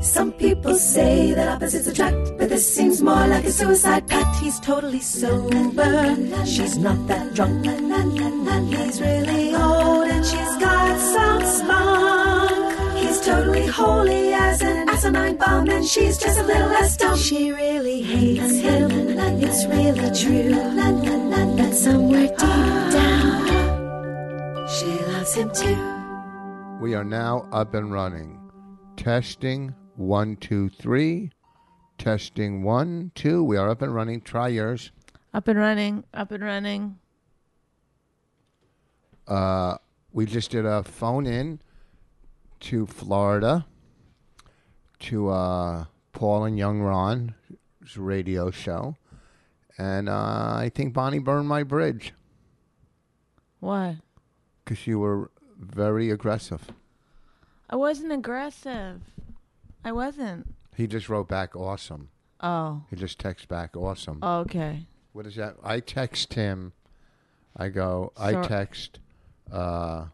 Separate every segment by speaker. Speaker 1: Some people say that opposites attract, but this seems more like a suicide pact. He's totally sober, she's not that drunk. He's really old and she's got some spunk. He's totally holy as an asinine bomb, and she's just a little less dumb. She really hates him, it's really true. But somewhere deep down, she loves him too.
Speaker 2: We are now up and running. Testing one, two, three. Testing one, two. We are up and running. Try yours.
Speaker 3: Up and running, up and running.
Speaker 2: Uh, we just did a phone in to Florida to uh, Paul and Young Ron's radio show. And uh, I think Bonnie burned my bridge
Speaker 3: What?
Speaker 2: because you were very aggressive.
Speaker 3: I wasn't aggressive. I wasn't.
Speaker 2: He just wrote back awesome.
Speaker 3: Oh,
Speaker 2: He just texts back awesome.
Speaker 3: okay.
Speaker 2: what is that? I text him. I go. I
Speaker 3: Sor-
Speaker 2: text. Uh,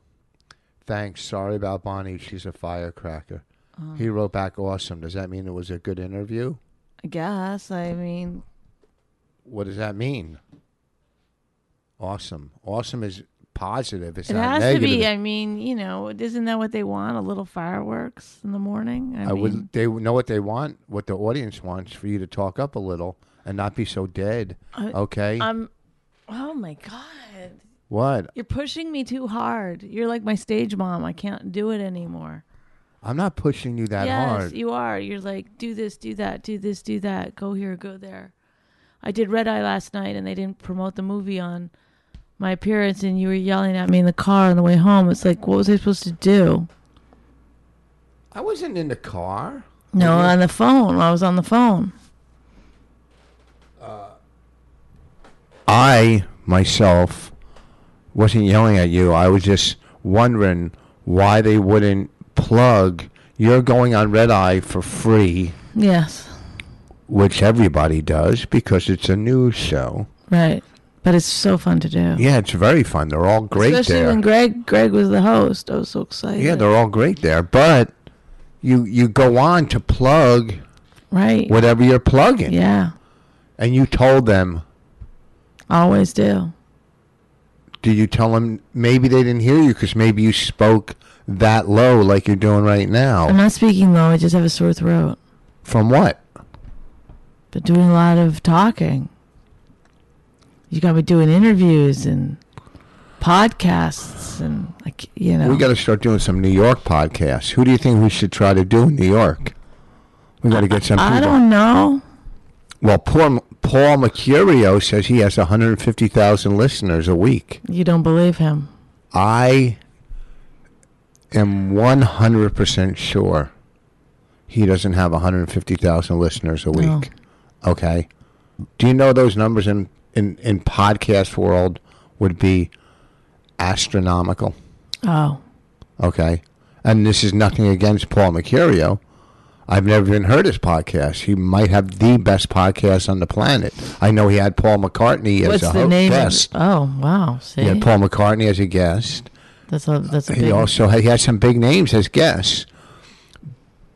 Speaker 2: thanks. Sorry about Bonnie. She's a firecracker.
Speaker 3: Oh.
Speaker 2: He wrote back, "Awesome." Does that mean it was a good interview?
Speaker 3: I guess. I mean,
Speaker 2: What does that mean? Awesome. Awesome is positive. It's
Speaker 3: it
Speaker 2: not
Speaker 3: has
Speaker 2: negative.
Speaker 3: to be. I mean, you know, isn't that what they want? A little fireworks in the morning? I,
Speaker 2: I
Speaker 3: mean,
Speaker 2: would. They know what they want. What the audience wants for you to talk up a little and not be so dead. okay.
Speaker 3: I'm. Oh my god!
Speaker 2: what?
Speaker 3: You're pushing me too hard. You're like my stage mom. I can't do it anymore.
Speaker 2: I'm not pushing you that
Speaker 3: yes,
Speaker 2: hard.
Speaker 3: you are. You're like, do this, do that, do this, do that, go here, go there. I did Red Eye last night and they didn't promote the movie on my appearance and you were yelling at me in the car on the way home. It's like, what was I supposed to do?
Speaker 2: I wasn't in the car.
Speaker 3: No,
Speaker 2: Mm-hmm.
Speaker 3: on the phone. I was on the phone.
Speaker 2: I myself wasn't yelling at you. I was just wondering why they wouldn't plug. You're going on red eye for free,
Speaker 3: Yes.
Speaker 2: which everybody does because it's a news show.
Speaker 3: Right. But it's so fun to do.
Speaker 2: Yeah, it's very fun. They're all great
Speaker 3: Especially
Speaker 2: there.
Speaker 3: when Greg Greg was the host. I was so excited.
Speaker 2: yeah, they're all great there. But you you go on to plug
Speaker 3: right.
Speaker 2: whatever you're plugging,
Speaker 3: Yeah.
Speaker 2: and you told them.
Speaker 3: Always do.
Speaker 2: Did you tell them maybe they didn't hear you because maybe you spoke that low like you're doing right
Speaker 3: I'm
Speaker 2: now?
Speaker 3: not speaking though, I just have a sore throat.
Speaker 2: From what?
Speaker 3: But doing a lot of talking. You got me doing interviews and podcasts and like you know.
Speaker 2: We got to start doing some New York podcasts. Who do you think we should try to do in New York? We got to get some
Speaker 3: I
Speaker 2: people.
Speaker 3: don't know.
Speaker 2: Well, Paul, Paul Mercurio says he has 150,000 listeners a week.
Speaker 3: You don't believe him.
Speaker 2: I am 100% sure he doesn't have 150,000 listeners a week.
Speaker 3: No.
Speaker 2: Okay. Do you know those numbers in, in, in podcast world would be astronomical?
Speaker 3: Oh.
Speaker 2: Okay. And this is nothing against Paul Mercurio. I've never even heard his podcast. He might have the best podcast on the planet. I know he had Paul McCartney as
Speaker 3: What's
Speaker 2: a
Speaker 3: the
Speaker 2: ho-
Speaker 3: name? Of,
Speaker 2: guest.
Speaker 3: oh wow. See
Speaker 2: He had Paul McCartney as a guest.
Speaker 3: that's a that's a
Speaker 2: He
Speaker 3: big
Speaker 2: also had, he had some big names as guests.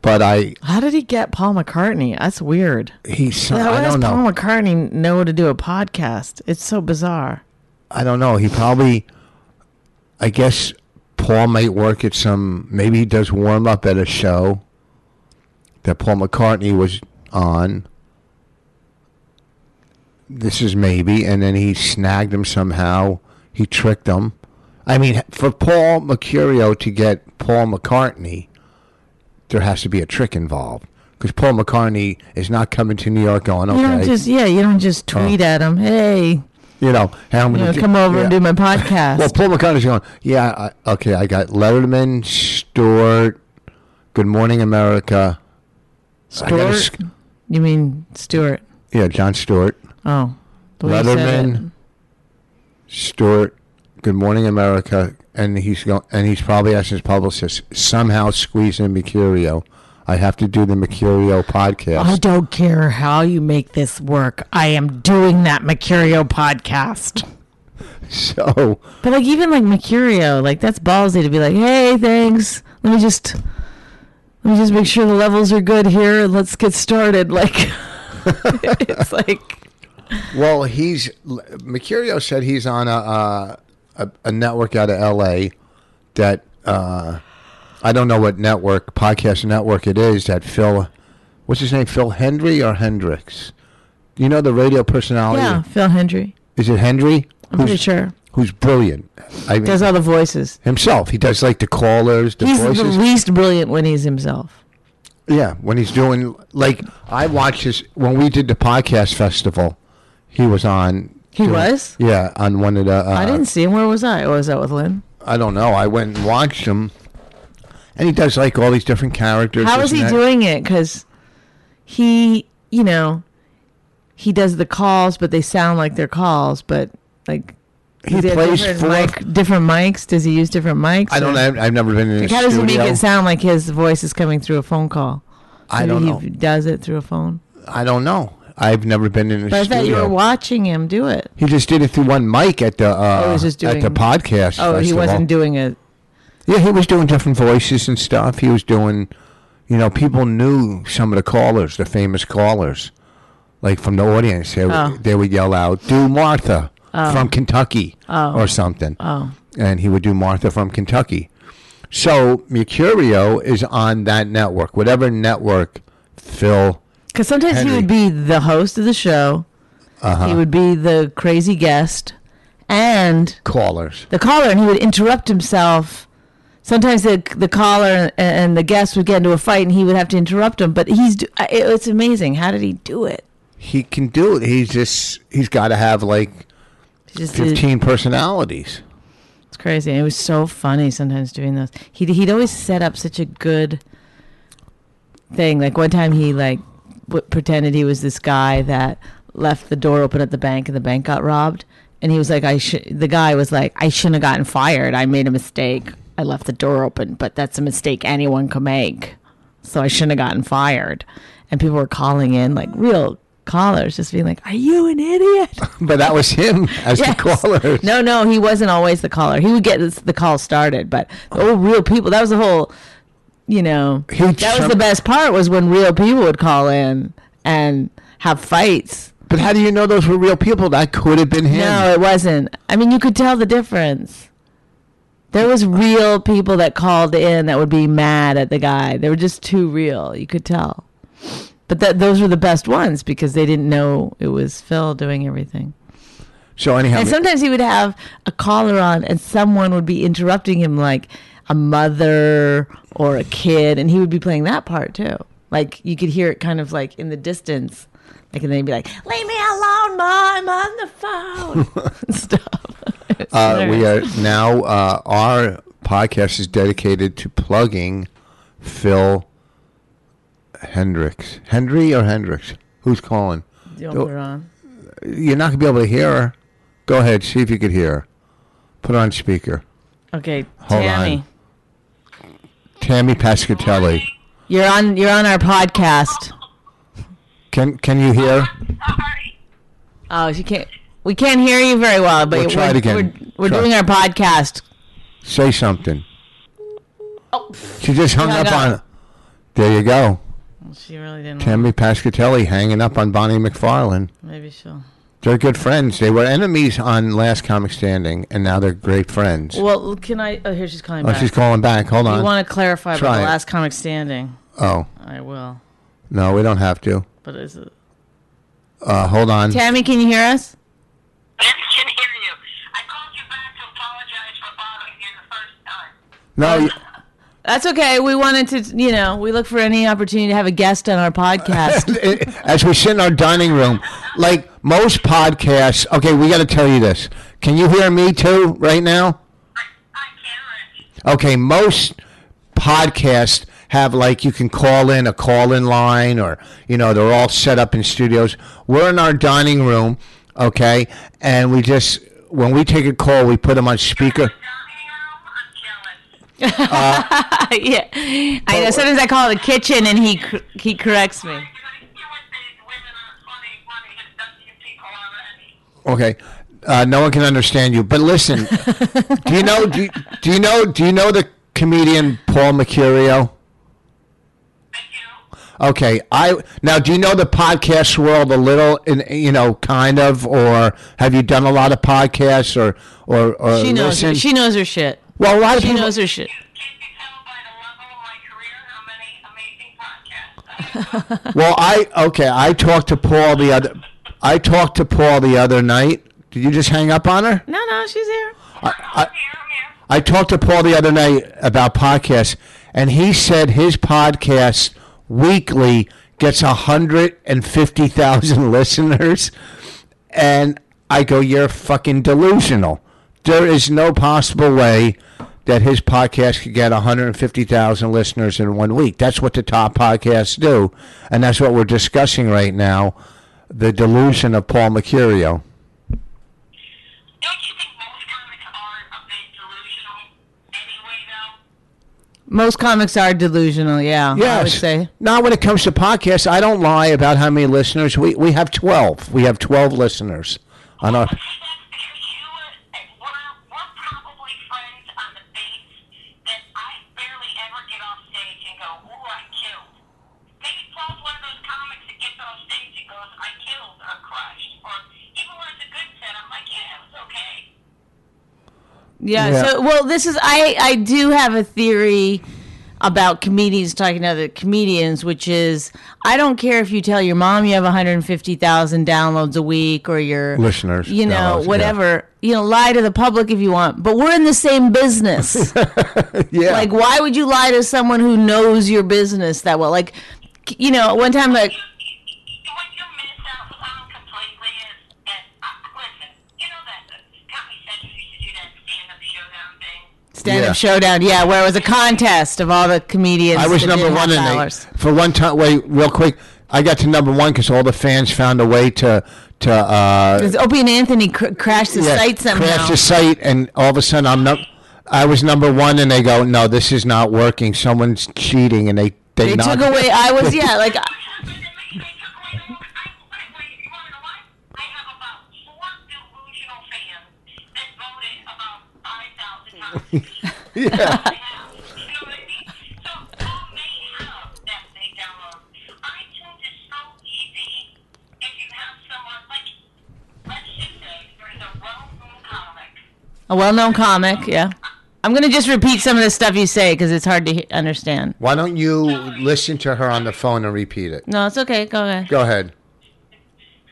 Speaker 2: But I
Speaker 3: How did he get Paul McCartney? That's weird.
Speaker 2: he
Speaker 3: How
Speaker 2: I
Speaker 3: does
Speaker 2: don't know.
Speaker 3: Paul McCartney know to do a podcast? It's so bizarre.
Speaker 2: I don't know. He probably, I guess, Paul might work at some. Maybe he does warm up at a show that Paul McCartney was on. This is maybe, and then he snagged him somehow. He tricked him. I mean, for Paul Mercurio to get Paul McCartney, there has to be a trick involved because Paul McCartney is not coming to New York going, okay, Oh.
Speaker 3: You don't just yeah, you don't just tweet at him, hey,
Speaker 2: you know, hey, I'm
Speaker 3: you
Speaker 2: gonna
Speaker 3: know,
Speaker 2: do-
Speaker 3: come over
Speaker 2: yeah.
Speaker 3: and do my podcast.
Speaker 2: Well, Paul McCartney's going, yeah, I, okay, I got Letterman, Stewart, Good Morning America. I gotta
Speaker 3: Stewart?
Speaker 2: sc-
Speaker 3: you mean Stuart.
Speaker 2: yeah, John Stewart,
Speaker 3: Oh. the way you said it.
Speaker 2: Letterman, Stewart, Good Morning America, and he's going, and he's probably asking his publicist somehow squeeze in Mercurio. I have to do the Mercurio
Speaker 4: I
Speaker 2: podcast.
Speaker 4: don't care how you make this work. I am doing that Mercurio podcast.
Speaker 2: so
Speaker 3: But like even like Mercurio, like that's ballsy to be like, hey, thanks. Let me just let me just make sure the levels are good here and let's get started. Like it's like
Speaker 2: Well, he's Mercurio said he's on a uh, a, a network out of L.A. that uh, I don't know what network podcast network it is that Phil, what's his name, Phil Hendry or Hendrix? You know the radio personality.
Speaker 3: yeah, Phil Hendry.
Speaker 2: Is it Hendry?
Speaker 3: I'm pretty sure.
Speaker 2: Oh, Who's brilliant? I mean,
Speaker 3: Does all the voices.
Speaker 2: himself. He does like the callers, the
Speaker 3: He's
Speaker 2: voices.
Speaker 3: the least brilliant when he's himself.
Speaker 2: Yeah, when he's doing like I watched his when we did the podcast festival, he was on.
Speaker 3: He
Speaker 2: doing-
Speaker 3: was?
Speaker 2: Yeah, on one of the. Uh,
Speaker 3: I didn't see him. Where was I? Or was that with Lynn?
Speaker 2: I don't know. I went and watched him, and he does like all these different characters.
Speaker 3: How is
Speaker 2: this
Speaker 3: he
Speaker 2: and that.
Speaker 3: doing it? Because he, you know, he does the calls, but they sound like they're calls. But like,
Speaker 2: He
Speaker 3: is it
Speaker 2: plays
Speaker 3: different
Speaker 2: four.
Speaker 3: mic, different mics. Does he use different mics?
Speaker 2: I don't.
Speaker 3: or-
Speaker 2: I've, I've never been in.
Speaker 3: Like,
Speaker 2: a
Speaker 3: how does he make
Speaker 2: studio.
Speaker 3: it sound like his voice is coming through a phone call?
Speaker 2: I
Speaker 3: Maybe
Speaker 2: don't
Speaker 3: he
Speaker 2: know.
Speaker 3: Does it through a phone?
Speaker 2: I don't know. I've never been in a
Speaker 3: But I
Speaker 2: studio.
Speaker 3: thought you were watching him do it.
Speaker 2: he just did it through one mic at the uh,
Speaker 3: Oh, he was just
Speaker 2: at the
Speaker 3: doing-
Speaker 2: podcast.
Speaker 3: Oh, he
Speaker 2: festival.
Speaker 3: wasn't doing it.
Speaker 2: Yeah, he was doing different voices and stuff. He was doing, you know, people knew some of the callers, the famous callers, like from the audience. They, would-
Speaker 3: Oh.
Speaker 2: they would yell out, "Do Martha from Kentucky" or something.
Speaker 3: Oh.
Speaker 2: and he would do Martha from Kentucky. So Mercurio is on that network, whatever network Phil.
Speaker 3: Because sometimes
Speaker 2: Henry. Uh-huh.
Speaker 3: he would be the host of the show, he would be the crazy guest, and
Speaker 2: Callers.
Speaker 3: the caller, and he would interrupt himself. Sometimes the the caller and- and the guest would get into a fight, and he would have to interrupt him. But he's do- I- it- it's amazing. How did he do it?
Speaker 2: He can do it. He's just he's got to have like
Speaker 3: He Just did-
Speaker 2: fifteen personalities.
Speaker 3: It's crazy. It was so funny sometimes doing those. He he'd always set up such a good thing. Like one time he like w- pretended he was this guy that left the door open at the bank and the bank got robbed. And he was like, I should. The guy was like, I shouldn't have gotten fired. I made a mistake. I left the door open, but that's a mistake anyone can make. So I shouldn't have gotten fired. And people were calling in like real callers, just being like, Are you an idiot?
Speaker 2: But that was him as the
Speaker 3: Yes.
Speaker 2: callers.
Speaker 3: No, no, he wasn't always the caller. He would get this, the call started, but oh, real people. That was the whole, you know,
Speaker 2: He
Speaker 3: that was
Speaker 2: some-
Speaker 3: the best part was when real people would call in and have fights.
Speaker 2: But how do you know those were real people? That could have been him.
Speaker 3: No, it wasn't. I mean, you could tell the difference. There was real people that called in that would be mad at the guy. They were just too real. You could tell. But that those were the best ones because they didn't know it was Phil doing everything.
Speaker 2: So anyhow,
Speaker 3: And sometimes he would have a collar on, and someone would be interrupting him, like a mother or a kid, and he would be playing that part too. Like you could hear it kind of like in the distance, like and then he'd be like, "Leave me alone, mom! I'm on the phone." and Stuff. It's
Speaker 2: uh, we
Speaker 3: hilarious.
Speaker 2: are now uh, our podcast is dedicated to plugging Phil Hendricks, Hendry or Hendricks. Who's calling?
Speaker 3: Don't put it on.
Speaker 2: You're not gonna be able to hear her. Go ahead, see if you could hear. her. Put on speaker.
Speaker 3: Okay,
Speaker 2: Hold
Speaker 3: Tammy,
Speaker 2: on. Tammy Pascatelli.
Speaker 3: you're on. You're on our podcast.
Speaker 2: Can can you hear?
Speaker 3: Oh, she can't. We can't hear you very well, but
Speaker 2: We'll try it
Speaker 3: we're,
Speaker 2: again.
Speaker 3: we're- we're
Speaker 2: Try.
Speaker 3: doing our podcast.
Speaker 2: Say something. She just hung
Speaker 3: Oh. Yeah, I
Speaker 2: up
Speaker 3: got
Speaker 2: on.
Speaker 3: it.
Speaker 2: There you go.
Speaker 3: She really didn't.
Speaker 2: Tammy Pascatelli hanging up on Bonnie McFarlane.
Speaker 3: Maybe she'll.
Speaker 2: They're good friends. They were enemies on Last Comic Standing, and now they're great friends.
Speaker 3: Well, can I? Oh, here she's calling
Speaker 2: oh,
Speaker 3: back.
Speaker 2: she's calling back. Hold
Speaker 3: You
Speaker 2: on.
Speaker 3: want to clarify about
Speaker 2: Try
Speaker 3: the
Speaker 2: it.
Speaker 3: last comic standing?
Speaker 2: oh
Speaker 3: I will.
Speaker 2: no, we don't have to.
Speaker 3: But is it
Speaker 2: Uh, hold on.
Speaker 3: Tammy? Can you hear us?
Speaker 5: Yes, I can hear you. I called you back to apologize for bothering you
Speaker 2: No,
Speaker 5: the first time.
Speaker 2: y-
Speaker 3: That's okay. We wanted to, you know, we look for any opportunity to have a guest on our podcast.
Speaker 2: as we sit in our dining room, like most podcasts. Okay, we got to tell you this. Can you hear me too right now?
Speaker 5: I, I can, Rich.
Speaker 2: Okay, most podcasts have like you can call in a call in line or you know they're all set up in studios. We're in our dining room, okay, and we just when we take a call, we put them on speaker.
Speaker 5: I'm jealous.
Speaker 3: yeah, I know. Sometimes I call the kitchen and he cor- he corrects me.
Speaker 5: You know, you know what these women are funny, funny, and WP Colada
Speaker 2: Okay.
Speaker 5: and
Speaker 2: Uh, no one can understand you, but listen. do you know? Do you, do you know? Do you know the comedian Paul Mercurio?
Speaker 5: thank you.
Speaker 2: Okay, I now do you know the podcast world a little, in you know, kind of, or have you done a lot of podcasts or or or
Speaker 3: She knows.
Speaker 2: listen?
Speaker 3: She knows her shit.
Speaker 2: well, a lot of
Speaker 3: She
Speaker 2: people.
Speaker 3: knows her shit.
Speaker 5: Can you tell by the level of my career how many amazing podcasts I have?
Speaker 2: Well, I okay. I talked to Paul the other. I talked to Paul the other night. Did you just hang up on her?
Speaker 3: No, no, she's here.
Speaker 2: I,
Speaker 5: Here, I'm here.
Speaker 2: I talked to Paul the other night about podcasts, and he said his podcast weekly gets 150,000 listeners. And I go, You're fucking delusional. There is no possible way that his podcast could get 150,000 listeners in one week. That's what the top podcasts do. And that's what we're discussing right now the delusion of Paul Mercurio.
Speaker 5: Don't you think most comics are a bit delusional anyway, though?
Speaker 3: Most comics are delusional. Yeah,
Speaker 2: Yes.
Speaker 3: I would say.
Speaker 2: Now, when it comes to podcasts, I don't lie about how many listeners we we have. Twelve. We have twelve listeners on our.
Speaker 5: That's because you and we're, we're probably friends on the base that I barely ever get off stage and go, ooh, I killed. Maybe Paul's one of those comics that gets off stage and goes, I killed or crushed. Or even when it's a good set, I'm like, yeah, it was okay.
Speaker 3: Yeah,
Speaker 2: Yeah.
Speaker 3: So, well, this is I I do have a theory about comedians talking to other comedians, which is I don't care if you tell your mom you have 150,000 downloads a week or your
Speaker 2: Listeners,
Speaker 3: you know,
Speaker 2: downloads, yeah.
Speaker 3: whatever. You know, lie to the public if you want, but we're in the same business.
Speaker 2: Yeah.
Speaker 3: like, why would you lie to someone who knows your business that well? Like, you know, one time like.
Speaker 5: What you miss out on completely is that, uh, listen, you know that uh, Comedy Central used to do that stand-up showdown thing.
Speaker 3: Stand up
Speaker 2: Yeah.
Speaker 3: showdown, yeah, where it was a contest of all the comedians.
Speaker 2: I was
Speaker 3: that
Speaker 2: number
Speaker 3: did
Speaker 2: one in
Speaker 3: half
Speaker 2: the
Speaker 3: hours.
Speaker 2: for one time. Wait, real quick. I got to number one because all the fans found a way to to uh,
Speaker 3: Because Opie and Anthony cr- crashed the
Speaker 2: yeah,
Speaker 3: site somehow.
Speaker 2: crash the site, and all of a sudden I'm not. I was number one, and they go, "No, this is not working. Someone's cheating," and they they,
Speaker 3: They
Speaker 2: knocked-
Speaker 3: took away. I was yeah, like
Speaker 5: What happened to me? They took away the look. I, wait, wait, you want to know why? I have about four delusional fans that voted about 5,000 times.
Speaker 2: Yeah.
Speaker 5: I have. You know what I mean? So, all they have that they download. iTunes is so easy if you have someone, like, let's just say there's a well-known comic.
Speaker 3: a well-known comic. Yeah, I'm gonna just repeat some of the stuff you say because it's hard to he- understand.
Speaker 2: Why don't you listen to her on the phone and repeat it?
Speaker 3: No, it's okay. Go ahead.
Speaker 2: Go ahead.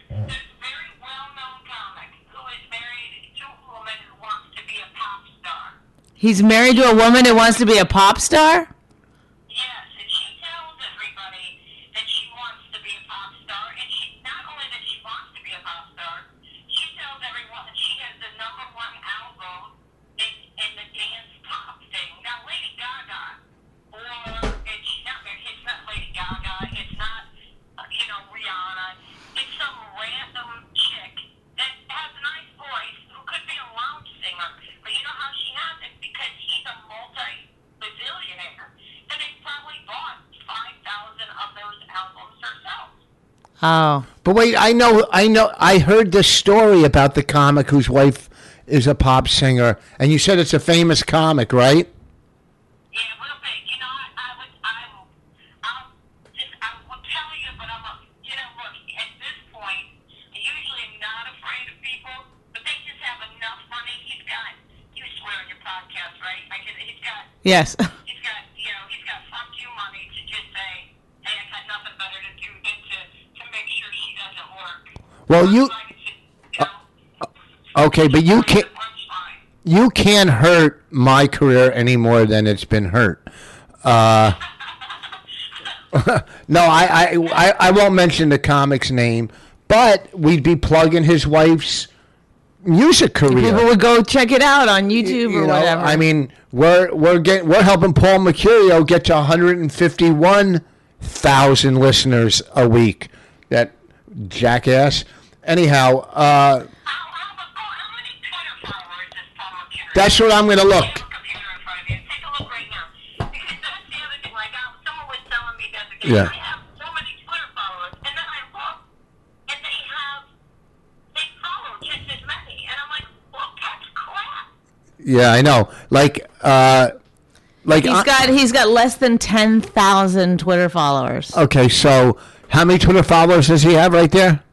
Speaker 5: There's a very well-known comic who is married to a woman who wants to be a pop star.
Speaker 3: He's married to a woman who wants to be a pop star.
Speaker 5: Yes, and she tells everybody that she wants to be a pop star, and she not only that she wants to be a pop star, she tells everyone that she has the number one album in, in the dance pop thing. Now, Lady Gaga, or and she's not married, it's not Lady Gaga, it's not uh, you know Rihanna, it's some random chick that has a nice voice who could be a lounge singer, but you know how she has it because he's a multi-bazillionaire. And they probably bought 5,000 of those albums herself.
Speaker 3: Oh,
Speaker 2: But wait, I know, I know, I heard this story about the comic whose wife is a pop singer, and you said it's a famous comic, right?
Speaker 5: Yeah, real big. You know, I, I would, I will, I'll just, I will tell you, but I'm, a, you know, look, at this point, I usually am not afraid of people, but they just have enough money. He's got, you swear on your podcast, right? I can, he's got,
Speaker 3: yes.
Speaker 5: he's got, you know, he's got fuck you money to just say, hey, I got nothing better to do than to, to make sure she doesn't work.
Speaker 2: Well, you okay? But you can't, you can't hurt my career any more than it's been hurt. Uh, no, I, I, I, I won't mention the comic's name, but we'd be plugging his wife's music career.
Speaker 3: People would go check it out on YouTube
Speaker 2: you
Speaker 3: or
Speaker 2: know,
Speaker 3: whatever.
Speaker 2: I mean, we're we're getting we're helping Paul Mercurio get to 151,000 listeners a week. That jackass. Anyhow, uh,
Speaker 5: How, how, about- oh, how many Twitter
Speaker 2: That's what I'm going to look.
Speaker 5: computer in front of you. Take a look right now. Because that's the other thing. Like, um, someone was telling me the other day,
Speaker 2: Yeah.
Speaker 5: I have so many Twitter followers, and then I look, and they have, they follow just as many, and I'm like, well, that's crap.
Speaker 2: Yeah, I know. Like, uh, like
Speaker 3: He's
Speaker 2: I-
Speaker 3: got he's got less than ten thousand Twitter followers.
Speaker 2: Okay, so how many Twitter followers does he have right there?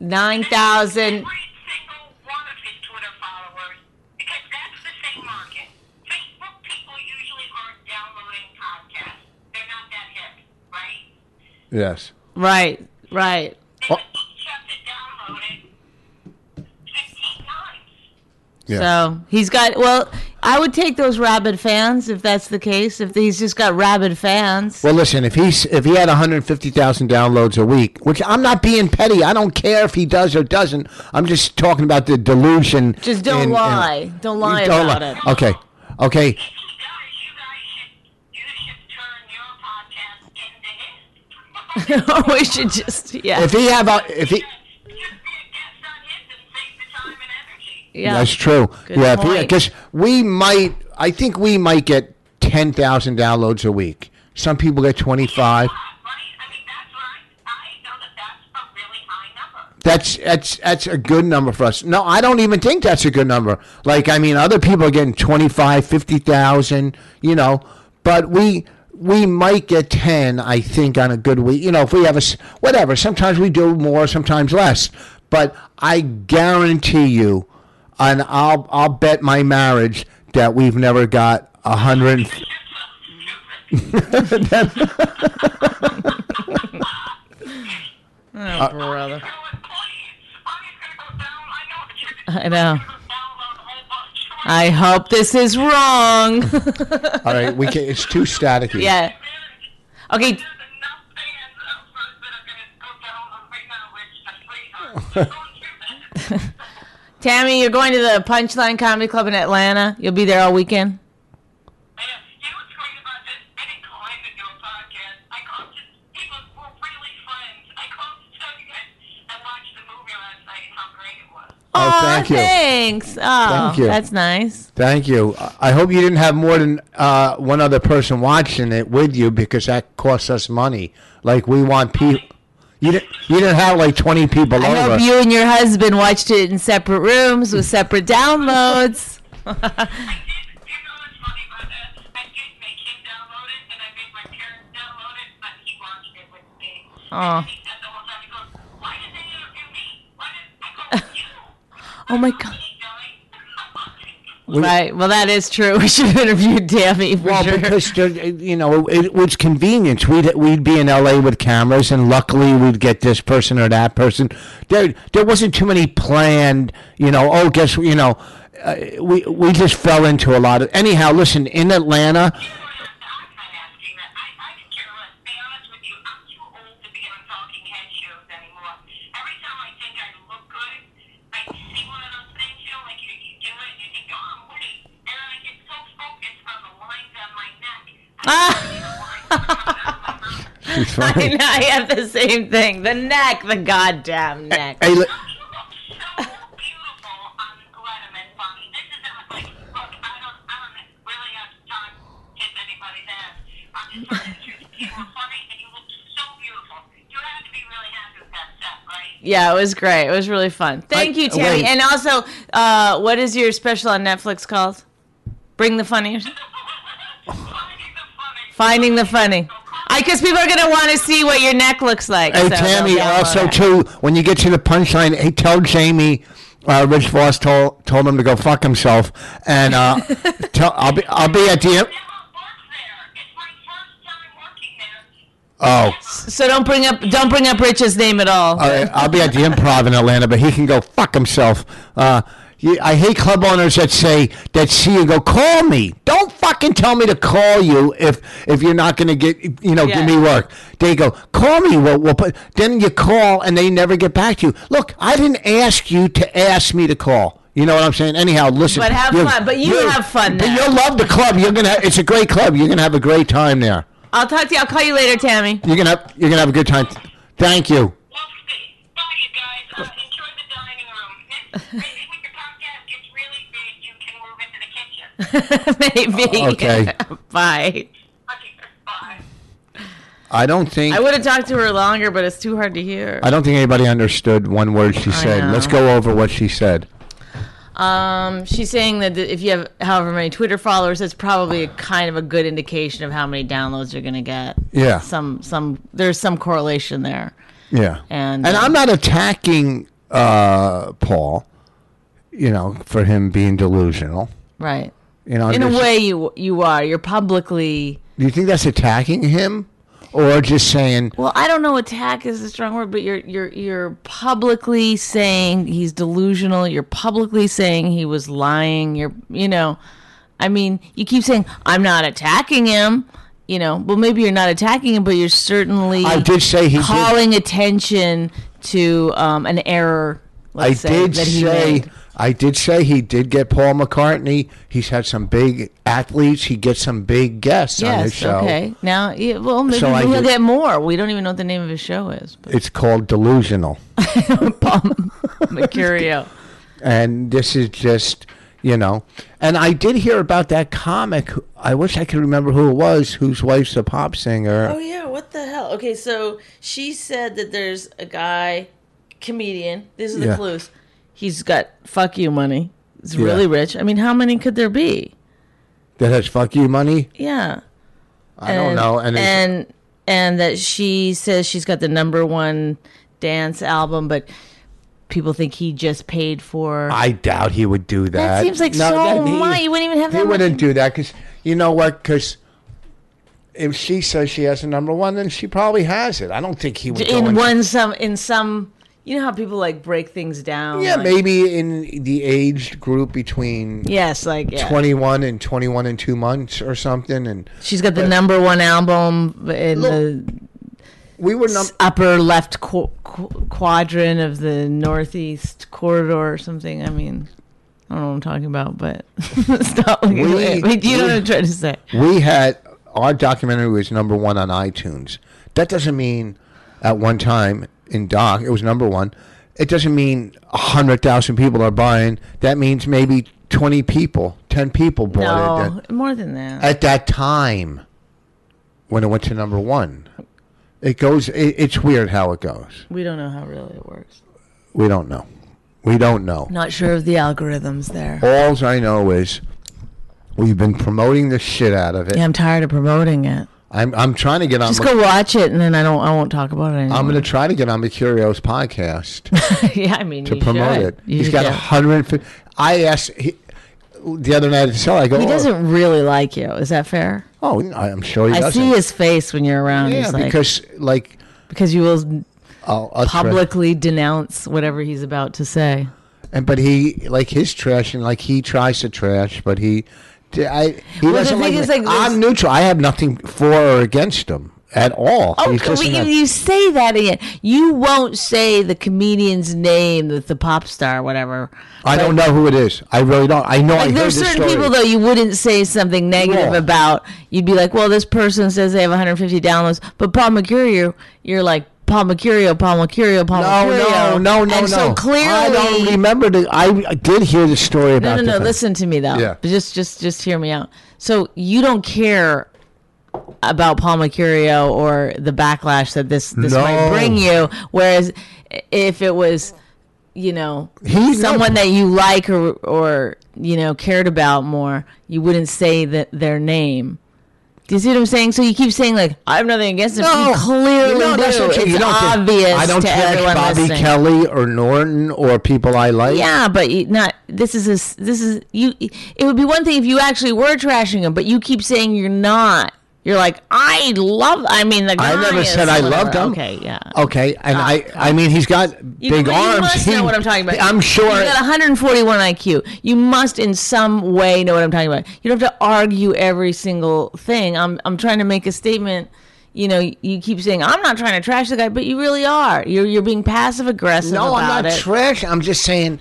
Speaker 3: Nine thousand.
Speaker 5: Every single one of his Twitter followers, because that's the same market. Facebook people usually aren't downloading podcasts. They're not that hip, right?
Speaker 2: Yes.
Speaker 3: Right, right.
Speaker 5: They
Speaker 2: Oh.
Speaker 5: each have to download it 15 times.
Speaker 2: Yeah.
Speaker 3: So he's got. Well, I would take those rabid fans if that's the case. If he's just got rabid fans.
Speaker 2: Well, listen, if he's if he had 150,000 downloads a week, which I'm not being petty, I don't care if he does or doesn't. I'm just talking about the delusion.
Speaker 3: Just don't
Speaker 2: in- in-
Speaker 3: lie. Don't lie
Speaker 2: Don't
Speaker 3: about
Speaker 2: lie.
Speaker 3: it.
Speaker 2: Okay. Okay.
Speaker 5: If he does, you guys should you should turn your podcast into his.
Speaker 3: Or we should just yeah
Speaker 2: If he have a if he
Speaker 5: Just be a guest on his and save the time and energy.
Speaker 3: yeah.
Speaker 2: That's true.
Speaker 3: Good
Speaker 2: yeah, if he-
Speaker 3: point.
Speaker 2: cuz we might I think we might get 10,000 downloads a week. Some people get 25.
Speaker 5: Right? I mean, that's what I, I know that that's a really high number.
Speaker 2: That's that's that's a good number for us. No, I don't even think that's a good number. Like I mean, other people are getting 25, 50,000, you know, but we we might get 10, I think on a good week. You know, if we have a s- whatever, sometimes we do more, sometimes less. But I guarantee you and I'll I'll bet my marriage that we've never got a 100 and-
Speaker 3: Oh, brother.
Speaker 5: So it's please, I'm just gonna go down. I know what you're gonna
Speaker 3: I know.
Speaker 5: do, download a whole bunch.
Speaker 3: I hope this is wrong.
Speaker 2: uh, All right, we can, it's too staticky.
Speaker 3: yeah. Okay.
Speaker 5: There's enough fans out front that are gonna go download right now, which I'm pretty hard. Don't do that.
Speaker 3: Tammy, you're going to the Punchline Comedy Club in Atlanta. You'll be there all weekend.
Speaker 5: Yeah, you know what's great about this? I didn't call in to do a podcast. I called to people who were really friends. I called to tell you guys I watched the movie last night and how great it was.
Speaker 2: Oh,
Speaker 3: Aw,
Speaker 2: thank you.
Speaker 3: Thanks. Oh,
Speaker 2: Thank you.
Speaker 3: that's nice.
Speaker 2: Thank you. I- I hope you didn't have more than uh, one other person watching it with you because that costs us money. Like we want people. You didn't. You didn't have like twenty people
Speaker 3: I
Speaker 2: over.
Speaker 3: hope you and your husband watched it in separate rooms with separate downloads.
Speaker 5: I did, you know what's funny about that? I did make him download it and I made my parents download it, but he watched it with me.
Speaker 3: Aw.
Speaker 5: And he said the whole time, he goes, why did they interview me? Why did I go with you?
Speaker 3: Oh my god.
Speaker 5: Hey, Joey.
Speaker 3: Right. Well, that is true. We should have interviewed Tammy for
Speaker 2: well,
Speaker 3: sure.
Speaker 2: because there- you know it, it was convenience. We'd we'd be in L.A. with cameras, and luckily we'd get this person or that person. There there wasn't too many planned. You know, oh, guess you know, uh, we we just fell into a lot of. Anyhow, listen, in Atlanta,
Speaker 5: I'm not asking that. I, I could care less. To be honest with you, I'm too old to be on talking head shows anymore. Every time I think I look good, I see one of those things, you know, like you, you do it and you think, oh, I'm witty. And then I get so focused on the lines on my neck. I don't see the lines on my mouth.
Speaker 2: she's funny.
Speaker 3: I know, I have the same thing. The neck, the goddamn neck.
Speaker 2: Hey, li-
Speaker 5: You look so beautiful on Letterman, Bonnie. This is not like, look, I don't, I don't really have time to kiss anybody's ass. I'm just telling the truth. You were funny and you looked so beautiful. You had to be really happy with that set, right?
Speaker 3: Yeah, it was great. It was really fun. Thank
Speaker 2: I-
Speaker 3: you, Tammy.
Speaker 2: wait.
Speaker 3: And also, uh, what is your special on Netflix called? Bring the funny.
Speaker 5: Finding the funny.
Speaker 3: Finding the funny. Because people are gonna want to see what your neck looks like.
Speaker 2: Hey,
Speaker 3: so they'll
Speaker 2: Tammy,
Speaker 3: download
Speaker 2: also,
Speaker 3: it.
Speaker 2: too, when you get to the punchline, hey, tell Jamie. Uh, Rich Voss told told him to go fuck himself, and uh, tell, I'll be I'll be at the
Speaker 5: Never worked there. It's my first time working there.
Speaker 2: oh
Speaker 3: So don't bring up don't bring up Rich's name at all.
Speaker 2: I, I'll be at the Improv in Atlanta, but he can go fuck himself. Uh, you- I hate club owners that say that see you go call me. Don't fucking tell me to call you if if you're not gonna get you know give
Speaker 3: Yeah.
Speaker 2: me work. They go call me. We'll, we'll put. Then you call and they never get back to you. Look, I didn't ask you to ask me to call. You know what I'm saying? Anyhow, listen.
Speaker 3: But have
Speaker 2: you-
Speaker 3: fun. But you have fun
Speaker 2: But
Speaker 3: there.
Speaker 2: you'll love the club. You're gonna. It's a great club. You're gonna have a great time there.
Speaker 3: I'll talk to you. I'll call you later, Tammy.
Speaker 2: You're gonna have, you're gonna have a good time. Thank you.
Speaker 5: Love Steve. Bye, you guys. Uh, enjoy the dining room. This, I think with your podcast, it's really big. You can move into the kitchen.
Speaker 3: Maybe.
Speaker 2: Okay.
Speaker 3: Bye.
Speaker 5: Okay, bye.
Speaker 2: I don't think
Speaker 3: I would have talked to her longer, but it's too hard to hear.
Speaker 2: I don't think anybody understood one word she said.
Speaker 3: know.
Speaker 2: Let's go over what she said.
Speaker 3: Um, she's saying that if you have however many Twitter followers, that's probably a kind of a good indication of how many downloads you're going to get.
Speaker 2: Yeah.
Speaker 3: Some some there's some correlation there.
Speaker 2: Yeah.
Speaker 3: And,
Speaker 2: and
Speaker 3: uh,
Speaker 2: I'm not attacking uh, Paul, you know, for him being delusional.
Speaker 3: Right.
Speaker 2: You know, I'm
Speaker 3: In a
Speaker 2: just-
Speaker 3: way you you are. You're publicly
Speaker 2: Do you think that's attacking him or just saying
Speaker 3: Well, I don't know attack is a strong word, but you're you're you're publicly saying he's delusional, you're publicly saying he was lying, you're you know I mean, you keep saying I'm not attacking him, you know. Well, maybe you're not attacking him, but you're certainly
Speaker 2: I did say he did-
Speaker 3: calling attention to um, an error.
Speaker 2: I
Speaker 3: Let's say,
Speaker 2: did
Speaker 3: that he
Speaker 2: say
Speaker 3: made.
Speaker 2: I did say he did get Paul McCartney. He's had some big athletes. He gets some big guests on his
Speaker 3: Yes.
Speaker 2: show.
Speaker 3: Okay. Now, yeah, well, maybe
Speaker 2: So I
Speaker 3: he'll
Speaker 2: did-
Speaker 3: get more. We don't even know what the name of his show is. But
Speaker 2: It's called delusional.
Speaker 3: Mercurio.
Speaker 2: and this is just you know and i did hear about that comic who- i wish i could remember who it was whose wife's a pop singer
Speaker 3: Oh yeah, what the hell? Okay, so she said that there's a guy, comedian. These are the
Speaker 2: Yeah.
Speaker 3: clues. He's got fuck you money. He's
Speaker 2: Yeah.
Speaker 3: really rich. I mean, how many could there be?
Speaker 2: that has fuck you money
Speaker 3: Yeah.
Speaker 2: i don't know and, it's-
Speaker 3: and and that she says she's got the number one dance album, but people think he just paid for.
Speaker 2: i doubt he would do that
Speaker 3: that seems like
Speaker 2: No,
Speaker 3: so
Speaker 2: that- he-
Speaker 3: much. You wouldn't even have
Speaker 2: he
Speaker 3: that. much-
Speaker 2: wouldn't do that because you know what because if she says she has a number one then she probably has it i don't think he would go
Speaker 3: in
Speaker 2: and-
Speaker 3: one some in some. You know how people like break things down.
Speaker 2: yeah
Speaker 3: like-
Speaker 2: maybe in the age group between
Speaker 3: Yes, like yeah.
Speaker 2: 21 and 21 and two months or something and
Speaker 3: She's got the number one album in the
Speaker 2: we were num-
Speaker 3: s- upper left qu- qu- quadrant of the northeast corridor or something. I mean, I don't know what I'm talking about, but stop looking
Speaker 2: We-
Speaker 3: at me. But you know what I'm trying to say.
Speaker 2: we had our documentary was number one on iTunes. That doesn't mean at one time in doc it was number one. It doesn't mean hundred thousand people are buying. That means maybe twenty people, ten people bought it
Speaker 3: No,
Speaker 2: that-
Speaker 3: more than that.
Speaker 2: at that time when it went to number one. It goes. It, it's weird how it goes.
Speaker 3: We don't know how really it works.
Speaker 2: We don't know. We don't know.
Speaker 3: Not sure of the algorithms there.
Speaker 2: Alls I know is we've been promoting the shit out of it.
Speaker 3: Yeah, I'm tired of promoting it.
Speaker 2: I'm I'm trying to get on.
Speaker 3: Just
Speaker 2: Mc-
Speaker 3: go watch it, and then I don't. I won't talk about it anymore.
Speaker 2: I'm going to try to get on the Curios podcast
Speaker 3: yeah, I mean,
Speaker 2: to promote it. He's got a
Speaker 3: A,
Speaker 2: hundred and fifty. I asked he, the other night at the show. I go,
Speaker 3: he
Speaker 2: "Oh,
Speaker 3: doesn't really like you. Is that fair?
Speaker 2: Oh, no, I'm sure he
Speaker 3: I
Speaker 2: doesn't.
Speaker 3: see his face when you're around.
Speaker 2: yeah,
Speaker 3: He's like,
Speaker 2: because like
Speaker 3: because you will
Speaker 2: I'll, I'll tra-
Speaker 3: publicly denounce whatever he's about to say.
Speaker 2: and but he like his trash and like he tries to trash, but he, d- I he
Speaker 3: the
Speaker 2: doesn't
Speaker 3: thing
Speaker 2: like
Speaker 3: is,
Speaker 2: me.
Speaker 3: like, there's-
Speaker 2: I'm neutral. I have nothing for or against him at all.
Speaker 3: Oh,
Speaker 2: He's
Speaker 3: can
Speaker 2: just
Speaker 3: we,
Speaker 2: not-
Speaker 3: you say that again. You won't say the comedian's name, the, the pop star, whatever.
Speaker 2: I don't know who it is. I really don't. I know. I
Speaker 3: Like,
Speaker 2: heard
Speaker 3: there's
Speaker 2: this
Speaker 3: certain
Speaker 2: story.
Speaker 3: people though you wouldn't say something negative
Speaker 2: Yeah.
Speaker 3: about. You'd be like, well, this person says they have 150 downloads, but Paul Mercurio, you're like Paul Mercurio, Paul Mercurio, Paul
Speaker 2: No,
Speaker 3: Mercurio.
Speaker 2: no, no, no,
Speaker 3: Oh, and
Speaker 2: no.
Speaker 3: so clearly,
Speaker 2: I don't remember the. I, I did hear the story
Speaker 3: No,
Speaker 2: about.
Speaker 3: no,
Speaker 2: the
Speaker 3: no.
Speaker 2: thing.
Speaker 3: Listen to me though.
Speaker 2: Yeah.
Speaker 3: But Just, just, just hear me out. So you don't care about Paul Mercurio or the backlash that this this
Speaker 2: No.
Speaker 3: might bring you. Whereas if it was, you know,
Speaker 2: He-
Speaker 3: someone that you like or or you know cared about more, you wouldn't say that their name. Do you see what I'm saying? So you keep saying like I have nothing against him.
Speaker 2: No,
Speaker 3: you clearly
Speaker 2: No,
Speaker 3: do.
Speaker 2: that's not true.
Speaker 3: It's
Speaker 2: You don't care.
Speaker 3: obvious
Speaker 2: I don't
Speaker 3: to
Speaker 2: trash
Speaker 3: everyone
Speaker 2: Bobby
Speaker 3: listening.
Speaker 2: Kelly or Norton or people I like.
Speaker 3: Yeah, but you not this is a s this is you. It would be one thing if you actually were trashing him, but you keep saying you're not. You're like I love. I mean, the guy.
Speaker 2: I never
Speaker 3: is
Speaker 2: said I
Speaker 3: whatever.
Speaker 2: loved him.
Speaker 3: Okay, yeah.
Speaker 2: Okay, and I, I mean, he's got
Speaker 3: You-
Speaker 2: big
Speaker 3: but
Speaker 2: arms.
Speaker 3: You must
Speaker 2: He-
Speaker 3: know what I'm talking about.
Speaker 2: I'm sure.
Speaker 3: You got 141 IQ. You must, in some way, know what I'm talking about. You don't have to argue every single thing. I'm, I'm trying to make a statement. You know, you keep saying I'm not trying to trash the guy, but you really are. You're, you're being passive aggressive.
Speaker 2: no,
Speaker 3: about
Speaker 2: I'm not
Speaker 3: it.
Speaker 2: trash. I'm just saying.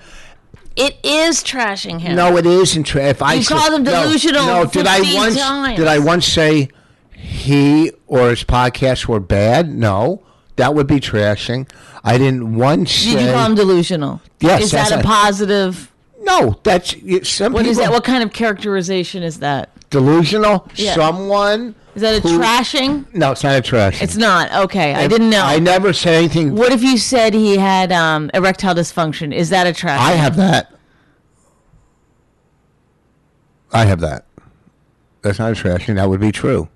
Speaker 3: it is trashing him.
Speaker 2: No, it isn't trash. If I
Speaker 3: You
Speaker 2: said-
Speaker 3: called him
Speaker 2: no,
Speaker 3: delusional
Speaker 2: No, did I
Speaker 3: 15
Speaker 2: once?
Speaker 3: times.
Speaker 2: Did I once say he or his podcasts were bad? No, that would be trashing. I didn't once.
Speaker 3: Did
Speaker 2: say,
Speaker 3: you call him delusional?
Speaker 2: Yes,
Speaker 3: Is
Speaker 2: that's
Speaker 3: that a
Speaker 2: right.
Speaker 3: positive?
Speaker 2: No, that's y- some
Speaker 3: What
Speaker 2: people
Speaker 3: is that? What kind of characterization is that?
Speaker 2: delusional.
Speaker 3: Yeah.
Speaker 2: Someone
Speaker 3: Is that a
Speaker 2: who-
Speaker 3: trashing?
Speaker 2: No, it's not a trash.
Speaker 3: It's not. Okay, I didn't know.
Speaker 2: I never say anything.
Speaker 3: What if you said he had um, erectile dysfunction? Is that a trashing?
Speaker 2: I have that. I have that. That's not a trash, and that would be true.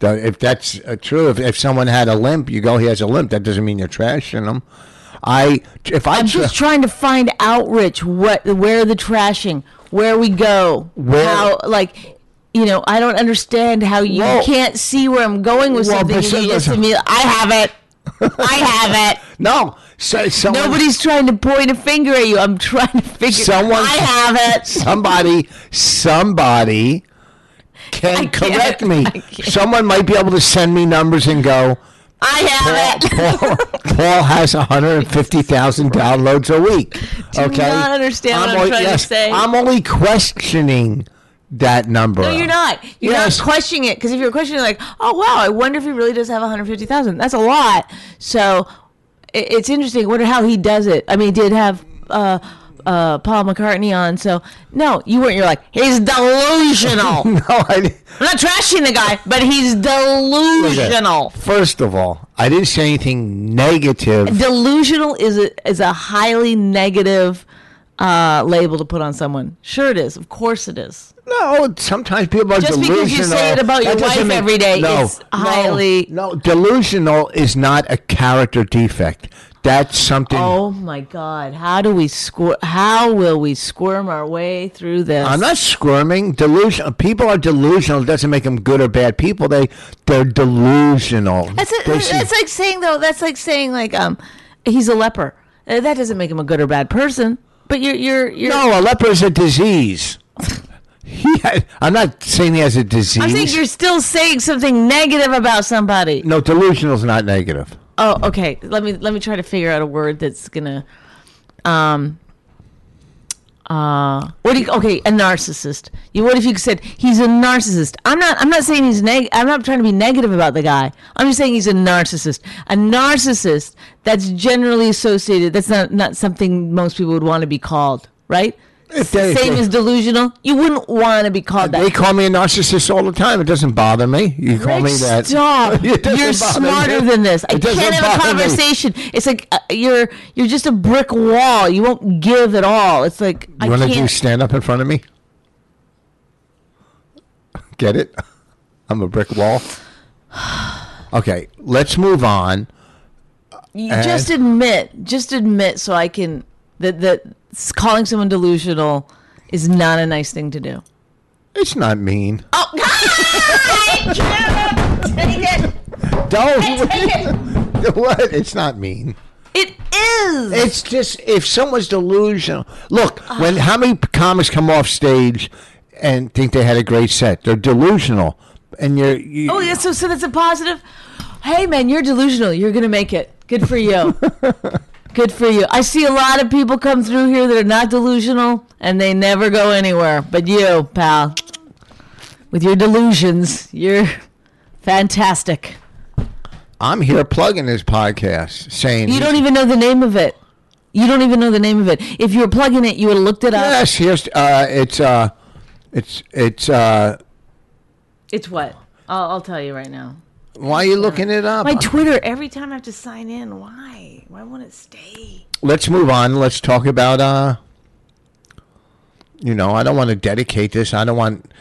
Speaker 2: That- If that's uh, true, if, if someone had a limp, you go, he has a limp. That doesn't mean you're trashing them. I if I
Speaker 3: I'm
Speaker 2: tra-
Speaker 3: just trying to find out, Rich, what where the trashing, where we go,
Speaker 2: Where-
Speaker 3: how like, you know, I don't understand how you
Speaker 2: Well-
Speaker 3: can't see where I'm going with
Speaker 2: Well,
Speaker 3: something.
Speaker 2: but
Speaker 3: You
Speaker 2: see,
Speaker 3: just
Speaker 2: listen.
Speaker 3: imme- I have it. I have it.
Speaker 2: no say someone,
Speaker 3: Nobody's trying to point a finger at you. I'm trying to figure.
Speaker 2: Someone-
Speaker 3: I have it.
Speaker 2: somebody somebody can
Speaker 3: can't.
Speaker 2: correct me.
Speaker 3: I can't.
Speaker 2: Someone might be able to send me numbers and go.
Speaker 3: I have it.
Speaker 2: Paul, Paul, Paul has 150,000 downloads a week. okay.
Speaker 3: not understand what I'm
Speaker 2: only-
Speaker 3: trying to say.
Speaker 2: I'm only questioning that number.
Speaker 3: No, you're not. You're
Speaker 2: Yes.
Speaker 3: not questioning it because if you're questioning, like, oh wow, I wonder if he really does have 150,000. That's a lot. So i- it's interesting. Wonder how he does it. I mean, he did have uh, uh, Paul McCartney on. So no, you weren't. You're like, he's delusional.
Speaker 2: No, I didn't-
Speaker 3: I'm not trashing the guy, but he's
Speaker 2: look at-
Speaker 3: delusional.
Speaker 2: First of all, I didn't say anything negative.
Speaker 3: Delusional is a is a highly negative uh, label to put on someone. Sure, it is. Of course, it is.
Speaker 2: No, sometimes people are
Speaker 3: Just
Speaker 2: delusional.
Speaker 3: because you say it about your
Speaker 2: That doesn't
Speaker 3: wife
Speaker 2: mean-
Speaker 3: every day
Speaker 2: no,
Speaker 3: is highly-
Speaker 2: No, no, delusional is not a character defect. That's something.
Speaker 3: Oh my God! How do we squir? How will we squirm our way through this?
Speaker 2: I'm not squirming. Delusion. People are delusional. It doesn't make them good or bad people. They they're delusional.
Speaker 3: That's a,
Speaker 2: They see-
Speaker 3: that's like saying though. That's like saying like um, he's a leper. Uh, That doesn't make him a good or bad person. But you're you're you're.
Speaker 2: no, a leper is a disease. he had, I'm not saying he has a disease.
Speaker 3: I'm saying you're still saying something negative about somebody.
Speaker 2: no, delusional is not negative.
Speaker 3: Oh, okay. Let me let me try to figure out a word that's gonna. Um. Uh, what do you, okay, a narcissist. You, what if you said he's a narcissist? I'm not. I'm not saying he's neg. I'm not trying to be negative about the guy. I'm just saying he's a narcissist. A narcissist that's generally associated. That's not not something most people would want to be called, right?
Speaker 2: If they-
Speaker 3: Same
Speaker 2: if they-
Speaker 3: as delusional. You wouldn't want to be called that.
Speaker 2: They call me a narcissist all the time. It doesn't bother me. You call me
Speaker 3: Rich,
Speaker 2: that.
Speaker 3: Stop.
Speaker 2: It doesn't
Speaker 3: You're
Speaker 2: bother me.
Speaker 3: smarter than this. I
Speaker 2: It doesn't
Speaker 3: can't have a
Speaker 2: bother me.
Speaker 3: conversation. It's like uh, you're you're just a brick wall. You won't give at all. It's like I
Speaker 2: You want to do
Speaker 3: can't.
Speaker 2: stand up in front of me? Get it? I'm a brick wall. Okay, let's move on.
Speaker 3: you just admit. Just admit so I can that that s- calling someone delusional is not a nice thing to do.
Speaker 2: It's not mean.
Speaker 3: Oh God! Take it.
Speaker 2: Don't.
Speaker 3: Take it.
Speaker 2: what? It's not mean.
Speaker 3: It is.
Speaker 2: It's just if someone's delusional. Look, when how many comics come off stage and think they had a great set? They're delusional, and you're. You,
Speaker 3: Oh yeah, so so that's a positive. Hey man, you're delusional. You're gonna make it. Good for you. Good for you. I see a lot of people come through here that are not delusional and they never go anywhere. But you, pal, with your delusions, you're fantastic.
Speaker 2: I'm here plugging this podcast, saying
Speaker 3: You don't even know the name of it. You don't even know the name of it. If you were plugging it, you would have looked it up.
Speaker 2: Yes, here's uh, it's uh, it's it's uh.
Speaker 3: It's what? I'll, I'll tell you right now. Uh,
Speaker 2: Why are you looking it up?
Speaker 3: My Twitter, every time I have to sign in. Why? Why won't it stay?
Speaker 2: Let's move on. Let's talk about uh. You know, I don't want to dedicate this. I don't want,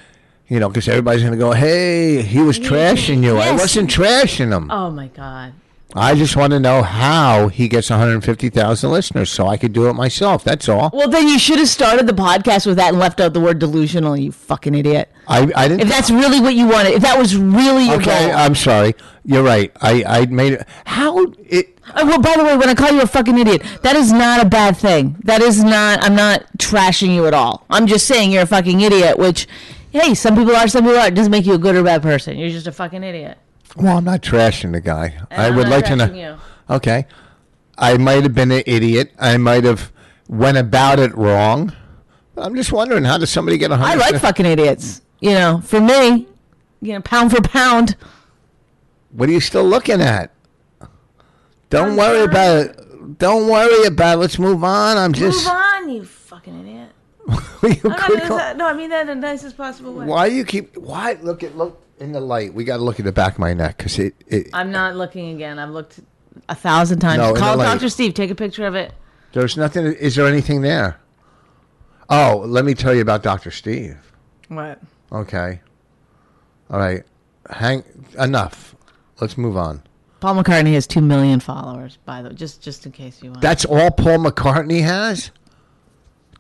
Speaker 2: you know, because everybody's gonna go, "Hey, he was trashing you." I
Speaker 3: Yes.
Speaker 2: wasn't trashing him.
Speaker 3: Oh my God.
Speaker 2: I just want to know how he gets 150,000 listeners so I could do it myself. That's all.
Speaker 3: Well, then you should have started the podcast with that and left out the word delusional, you fucking idiot.
Speaker 2: I, I didn't.
Speaker 3: If that's really what you wanted, if that was really your
Speaker 2: okay, uh,
Speaker 3: goal.
Speaker 2: I'm sorry. You're right. I, I made it. How it.
Speaker 3: Uh, well, by the way, when I call you a fucking idiot, that is not a bad thing. That is not, I'm not trashing you at all. I'm just saying you're a fucking idiot, which, hey, some people are, some people aren't. It doesn't make you a good or bad person. You're just a fucking idiot.
Speaker 2: Well, I'm not trashing the guy.
Speaker 3: And
Speaker 2: I
Speaker 3: I'm
Speaker 2: would
Speaker 3: not
Speaker 2: like to know.
Speaker 3: trashing you.
Speaker 2: Okay. I might have been an idiot. I might have went about it wrong. I'm just wondering how does somebody get 100?
Speaker 3: I like fucking idiots. You know, for me, you know, pound for pound.
Speaker 2: What are you still looking at? Don't worry about it. Don't worry about it. Let's move on. I'm just.
Speaker 3: on, you fucking idiot.
Speaker 2: You
Speaker 6: I'm
Speaker 2: could
Speaker 6: not
Speaker 2: call-
Speaker 6: gonna, Uh, no, I mean that in the nicest possible way.
Speaker 2: why you keep? Why look at look in the light? We got to look at the back of my neck because it, it
Speaker 3: I'm not looking again. I've looked a thousand times.
Speaker 2: No, in the
Speaker 3: Call
Speaker 2: light.
Speaker 3: Dr. Steve. Take a picture of it.
Speaker 2: there's nothing. Is there anything there? Oh, let me tell you about Doctor Steve.
Speaker 3: What?
Speaker 2: Okay. All right. Hang enough. Let's move on.
Speaker 3: Paul McCartney has two million followers. By the way, just just in case you want.
Speaker 2: That's all Paul McCartney has?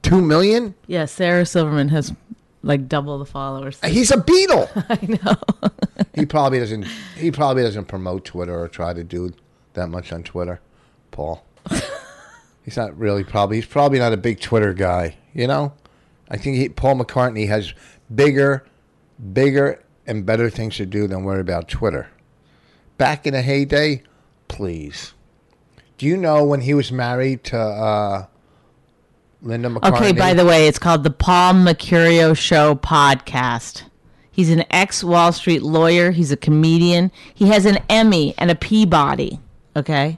Speaker 2: Two million?
Speaker 3: yeah, Sarah Silverman has like double the followers.
Speaker 2: He's a Beatle.
Speaker 3: I know.
Speaker 2: he probably doesn't he probably doesn't promote Twitter or try to do that much on Twitter, Paul. he's not really probably he's probably not a big Twitter guy, you know? I think he, Paul McCartney has bigger bigger and better things to do than worry about Twitter. Back in the heyday, please. Do you know when he was married to uh, Linda McCartney?
Speaker 3: Okay, by the way, it's called the Paul Mercurio Show podcast. He's an ex Wall Street lawyer. He's a comedian. He has an Emmy and a Peabody. Okay,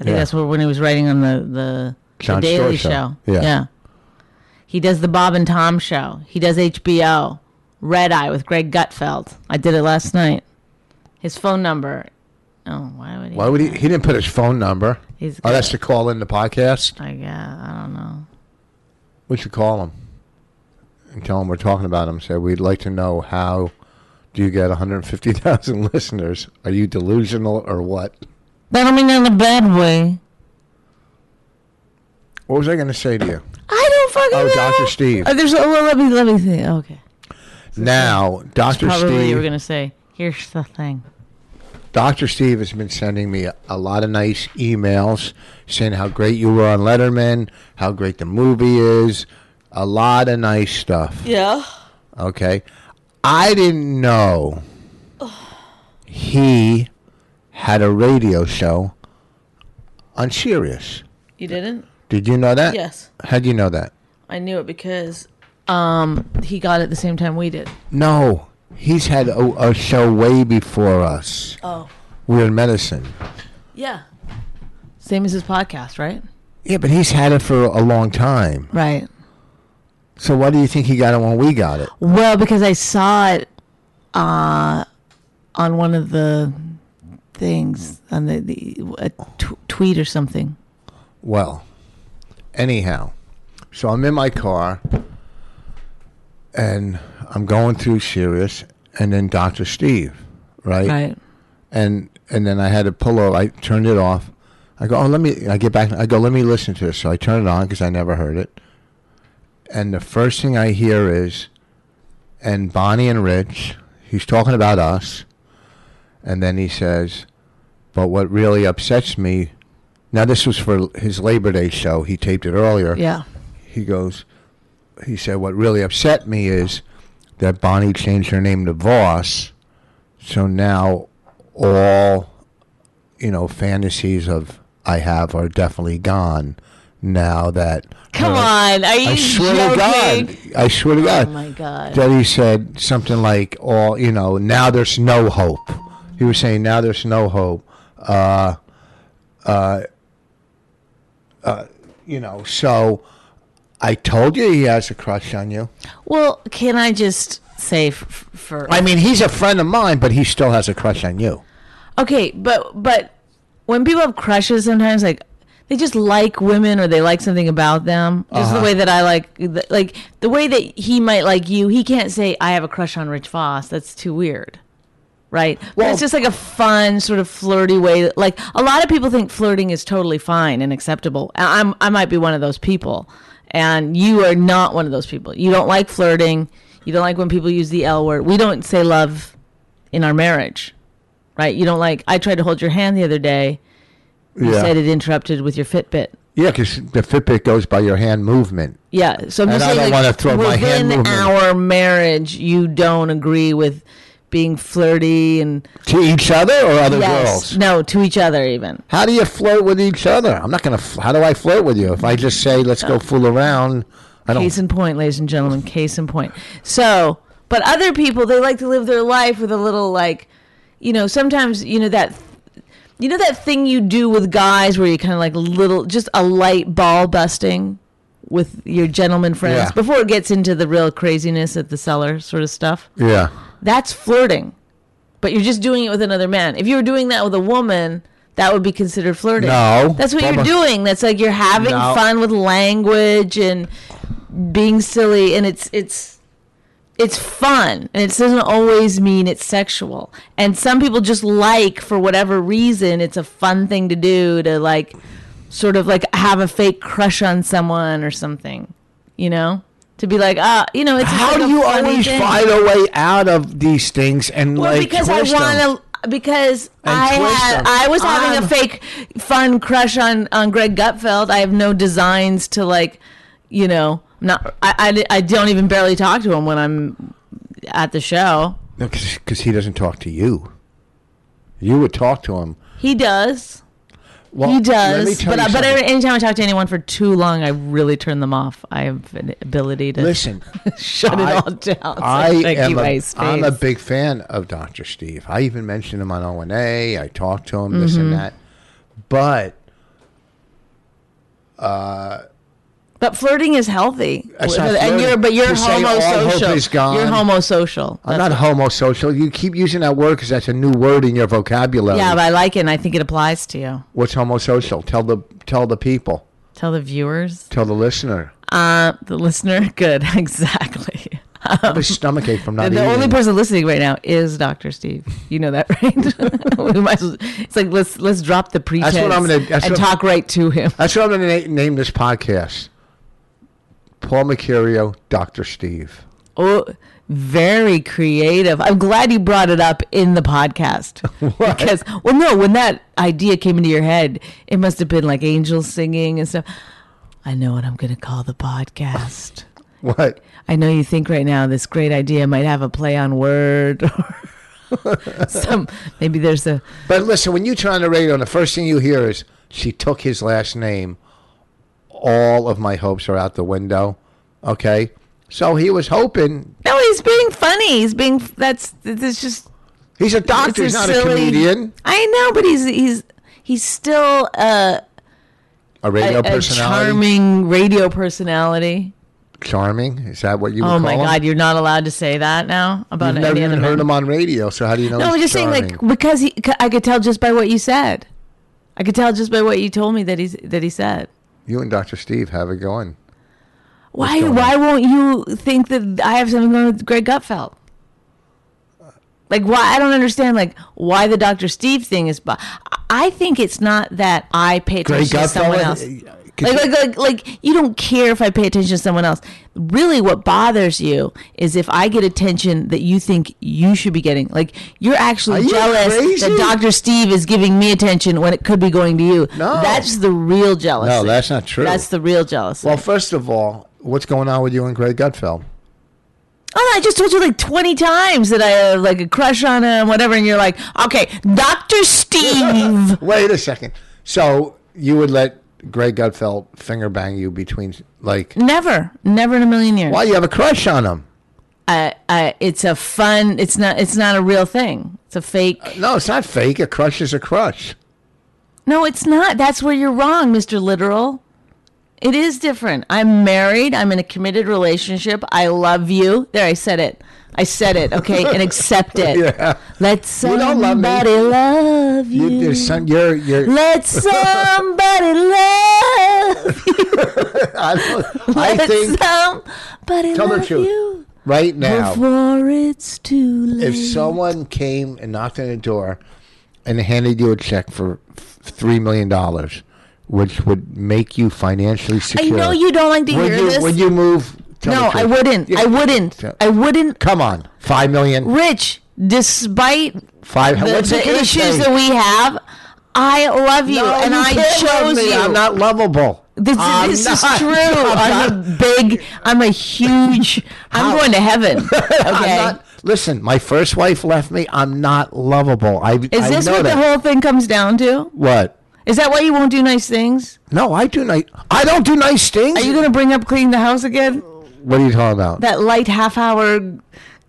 Speaker 3: I think
Speaker 2: Yeah.
Speaker 3: that's what, when he was writing on the the, the
Speaker 2: Jon
Speaker 3: Daily
Speaker 2: Stewart show.
Speaker 3: Show.
Speaker 2: Yeah.
Speaker 3: he does the Bob and Tom Show. He does HBO Red Eye with Greg Gutfeld. I did it last night. His phone number. Oh, why would he?
Speaker 2: Why would he? He didn't put his phone number.
Speaker 3: He's
Speaker 2: oh, that's to call in the podcast.
Speaker 3: I guess I don't know.
Speaker 2: We should call him and tell him we're talking about him. Say we'd like to know how do you get 150,000 listeners? Are you delusional or what?
Speaker 3: But I mean in a bad way.
Speaker 2: What was I going to say to you?
Speaker 3: I don't fucking
Speaker 2: Oh,
Speaker 3: know.
Speaker 2: Dr. Steve.
Speaker 3: Oh, there's a, well, let me let me think. Okay,
Speaker 2: Now, Doctor
Speaker 3: probably you were
Speaker 2: Steve,
Speaker 3: gonna say. Here's the thing.
Speaker 2: Doctor Steve has been sending me a, a lot of nice emails saying how great you were on Letterman, how great the movie is, a lot of nice stuff.
Speaker 3: Yeah.
Speaker 2: Okay. I didn't know he had a radio show on Sirius.
Speaker 6: You didn't?
Speaker 2: Did you know that?
Speaker 6: Yes.
Speaker 2: How'd you know that?
Speaker 6: I knew it because
Speaker 3: Um, he got it the same time we did.
Speaker 2: No. He's had a, a show way before us.
Speaker 6: oh
Speaker 2: Weird Medicine.
Speaker 6: yeah.
Speaker 3: Same as his podcast, right?
Speaker 2: Yeah, but he's had it for a long time.
Speaker 3: Right.
Speaker 2: So why do you think he got it when we got it?
Speaker 3: Well, because I saw it, uh, on one of the things on the, the a t- tweet or something.
Speaker 2: Well, anyhow, so I'm in my car and I'm going through Sirius and then Dr. Steve, right?
Speaker 3: Right.
Speaker 2: And and then I had to pull over. I turned it off. I go, oh, let me, I get back. I go, let me listen to this. So I turn it on because I never heard it. And the first thing I hear is, and Bonnie and Rich, he's talking about us. And then he says, but what really upsets me, now this was for his Labor Day show. He taped it earlier
Speaker 3: Yeah.
Speaker 2: he goes, he said, what really upset me is that Bonnie changed her name to Voss. So now all, you know, fantasies of I have are definitely gone now that.
Speaker 3: Come
Speaker 2: her-
Speaker 3: on. Are you
Speaker 2: I swear
Speaker 3: joking?
Speaker 2: to God. I swear to God.
Speaker 3: Oh my God.
Speaker 2: That he said something like, all, you know, now there's no hope. He was saying, now there's no hope. Uh, uh, uh, uh, you know, so I told you he has a crush on you.
Speaker 3: Well, can I just say f- f- for
Speaker 2: I mean, he's a friend of mine, but he still has a crush on you.
Speaker 3: Okay, but but when people have crushes, sometimes like they just like women or they like something about them. Just the way that I like, th- like the way that he might like you. He can't say I have a crush on Rich Voss. That's too weird, right? Well,
Speaker 2: Well-
Speaker 3: it's just like a fun sort of flirty way. that- Like a lot of people think flirting is totally fine and acceptable. I- I'm I might be one of those people, and you are not one of those people. You don't like flirting. You don't like when people use the L word. We don't say love in our marriage right? You don't like. I tried to hold your hand the other day. You said it interrupted with your Fitbit.
Speaker 2: Yeah, because the Fitbit goes by your hand movement.
Speaker 3: Yeah, so I'm
Speaker 2: And
Speaker 3: just
Speaker 2: I
Speaker 3: saying,
Speaker 2: don't
Speaker 3: like,
Speaker 2: wanna throw my hand
Speaker 3: within
Speaker 2: movement.
Speaker 3: our marriage, you don't agree with being flirty and
Speaker 2: To each other or other
Speaker 3: yes,
Speaker 2: girls?
Speaker 3: no, to each other even.
Speaker 2: How do you flirt with each other? I'm not going to. Fl- how do I flirt with you? If I just say, let's go fool around, I don't.
Speaker 3: Case in point, ladies and gentlemen. Case in point. So, but other people, they like to live their life with a little like, you know, sometimes you know that. You know that thing you do with guys where you kind of like little, just a light ball busting? with your gentleman friends
Speaker 2: Yeah.
Speaker 3: before it gets into the real craziness at the cellar sort of stuff.
Speaker 2: Yeah.
Speaker 3: That's flirting, but you're just doing it with another man. If you were doing that with a woman, that would be considered flirting.
Speaker 2: No.
Speaker 3: that's what
Speaker 2: Bubba.
Speaker 3: you're doing. That's like you're having
Speaker 2: No.
Speaker 3: fun with language and being silly, and it's it's it's fun, and it doesn't always mean it's sexual. And some people just like, for whatever reason, it's a fun thing to do to like sort of like have a fake crush on someone or something, you know. To be like, ah, you know, it's just
Speaker 2: How
Speaker 3: like
Speaker 2: do
Speaker 3: a
Speaker 2: you
Speaker 3: funny
Speaker 2: always
Speaker 3: thing.
Speaker 2: find a way out of these things and
Speaker 3: Well,
Speaker 2: like
Speaker 3: because I
Speaker 2: twist them?
Speaker 3: want to. Because
Speaker 2: And
Speaker 3: I
Speaker 2: twist
Speaker 3: had,
Speaker 2: them.
Speaker 3: I was having
Speaker 2: I'm-
Speaker 3: a fake fun crush on on Greg Gutfeld. I have no designs to like, you know, not. I, I, I don't even barely talk to him when I'm at the show.
Speaker 2: because he doesn't talk to you. You would talk to him.
Speaker 3: He does.
Speaker 2: Well,
Speaker 3: He
Speaker 2: Let me
Speaker 3: does.
Speaker 2: tell
Speaker 3: But
Speaker 2: you
Speaker 3: I- but
Speaker 2: something.
Speaker 3: every- anytime I talk to anyone for too long, I really turn them off. I have an ability to
Speaker 2: listen,
Speaker 3: shut
Speaker 2: I-
Speaker 3: it all down. It's
Speaker 2: I
Speaker 3: like, thank
Speaker 2: am
Speaker 3: you,
Speaker 2: a,
Speaker 3: Ice
Speaker 2: I'm a
Speaker 3: Face.
Speaker 2: big fan of Dr. Steve. I even mentioned him on O&A. I talked to him, this
Speaker 3: Mm-hmm.
Speaker 2: and that. But
Speaker 3: But flirting is healthy.
Speaker 2: That's not
Speaker 3: and you're
Speaker 2: flirting.
Speaker 3: but you're
Speaker 2: To say all
Speaker 3: homosocial.
Speaker 2: hope is gone.
Speaker 3: You're homosocial.
Speaker 2: I'm not homosocial. You keep using that word because that's a new word in your vocabulary.
Speaker 3: Yeah, but I like it and I think it applies to you.
Speaker 2: What's homosocial? Tell the tell the people.
Speaker 3: Tell the viewers.
Speaker 2: Tell the listener.
Speaker 3: Uh the listener. Good. Exactly. Um,
Speaker 2: I have a stomachache from not
Speaker 3: the
Speaker 2: eating.
Speaker 3: only person listening right now is Dr. Steve. You know that, right? We might as well- it's like let's let's drop the pretense
Speaker 2: what I'm gonna- that's
Speaker 3: and
Speaker 2: what-
Speaker 3: talk right to him.
Speaker 2: That's what I'm going to na- name this podcast. Paul Mercurio, Dr. Steve.
Speaker 3: Oh, very creative. I'm glad you brought it up in the podcast. Because, well, no, when that idea came into your head, it must have been like angels singing and stuff. I know what I'm going to call the podcast.
Speaker 2: What?
Speaker 3: I know you think right now this great idea might have a play on word or some, maybe there's a,
Speaker 2: But listen, when you turn on the radio, and the first thing you hear is she took his last name. All of my hopes are out the window. Okay, so he was hoping
Speaker 3: no, he's being funny. He's being, that's, that's just,
Speaker 2: he's a doctor, he's
Speaker 3: it's
Speaker 2: not
Speaker 3: silly-
Speaker 2: a comedian,
Speaker 3: I know, but he's, he's, he's still, uh,
Speaker 2: a radio
Speaker 3: a
Speaker 2: personality.
Speaker 3: charming radio personality.
Speaker 2: Charming. is that what you? Would
Speaker 3: Oh my
Speaker 2: call him?
Speaker 3: God, you're not allowed to say that now about
Speaker 2: You've never
Speaker 3: any
Speaker 2: even
Speaker 3: other
Speaker 2: heard
Speaker 3: man.
Speaker 2: him on radio, so how do you know?
Speaker 3: no, I'm
Speaker 2: he's
Speaker 3: just
Speaker 2: charming?
Speaker 3: saying, like, because he, c- I could tell just by what you said. I could tell just by what you told me that he's that he said.
Speaker 2: you and Doctor Steve have it going.
Speaker 3: Why?
Speaker 2: going
Speaker 3: Why won't you think that I have something going with Greg Gutfeld? Like, why? I don't understand. Like, why the Dr. Steve thing is. But I think it's not that I pay
Speaker 2: Greg
Speaker 3: attention to someone
Speaker 2: Gutfeld,
Speaker 3: else.
Speaker 2: uh, could
Speaker 3: Like,
Speaker 2: you-
Speaker 3: like, like, like, you don't care if I pay attention to someone else. Really, what bothers you is if I get attention that you think you should be getting. Like, you're
Speaker 2: Are
Speaker 3: actually
Speaker 2: you
Speaker 3: jealous
Speaker 2: crazy?
Speaker 3: that Dr. Steve is giving me attention when it could be going to you.
Speaker 2: No.
Speaker 3: That's the real jealousy.
Speaker 2: No, that's not true.
Speaker 3: That's the real jealousy.
Speaker 2: well, first of all, what's going on with you and Greg Gutfeld?
Speaker 3: Oh, I just told you like 20 times that I have like a crush on him, whatever. And you're like, okay, Dr. Steve.
Speaker 2: Wait a second. So you would let Greg Gutfeld finger bang you between like?
Speaker 3: never, never in a million years.
Speaker 2: Why you have a crush on him?
Speaker 3: I, I, it's a fun, it's not, it's not a real thing. It's a fake.
Speaker 2: No, it's not fake. A crush is a crush.
Speaker 3: No, it's not. That's where you're wrong, Mr. Literal. It is different. I'm married. I'm in a committed relationship. I love you. There, I said it. I said it. Okay, and accept it.
Speaker 2: Yeah.
Speaker 3: Let
Speaker 2: You
Speaker 3: somebody
Speaker 2: don't love me.
Speaker 3: love you.
Speaker 2: You, there's some, you're, you're,
Speaker 3: Let somebody love you.
Speaker 2: I, don't- I
Speaker 3: Let
Speaker 2: think
Speaker 3: somebody
Speaker 2: Tell the
Speaker 3: love
Speaker 2: truth.
Speaker 3: you
Speaker 2: right now,
Speaker 3: before it's too late.
Speaker 2: if someone came and knocked on the door and handed you a check for f- $3 million, which would make you financially
Speaker 3: I
Speaker 2: secure.
Speaker 3: know you don't like to
Speaker 2: would
Speaker 3: hear
Speaker 2: you,
Speaker 3: this.
Speaker 2: Would you move? Tell
Speaker 3: no,
Speaker 2: the
Speaker 3: I
Speaker 2: truth.
Speaker 3: wouldn't.
Speaker 2: Yeah.
Speaker 3: I wouldn't.
Speaker 2: Tell-
Speaker 3: I wouldn't.
Speaker 2: Come on. $5 million.
Speaker 3: Rich, despite
Speaker 2: Five.
Speaker 3: the,
Speaker 2: what's it
Speaker 3: the
Speaker 2: gonna
Speaker 3: issues
Speaker 2: say?
Speaker 3: that we have, I love you
Speaker 2: No,
Speaker 3: and
Speaker 2: you
Speaker 3: I
Speaker 2: can't love
Speaker 3: chose
Speaker 2: me.
Speaker 3: you.
Speaker 2: I'm not lovable.
Speaker 3: This,
Speaker 2: I'm
Speaker 3: this is
Speaker 2: not.
Speaker 3: true.
Speaker 2: I'm
Speaker 3: I'm,
Speaker 2: not.
Speaker 3: a big. I'm a huge. I'm going to heaven. Okay.
Speaker 2: I'm not, listen, my first wife left me. I'm not lovable. I
Speaker 3: is
Speaker 2: I
Speaker 3: this
Speaker 2: know
Speaker 3: what
Speaker 2: that.
Speaker 3: the whole thing comes down to?
Speaker 2: what?
Speaker 3: Is that why you won't do nice things?
Speaker 2: No, I do nice. I don't do nice things.
Speaker 3: Are you going to bring up clean the house again?
Speaker 2: what are you talking about?
Speaker 3: That light half hour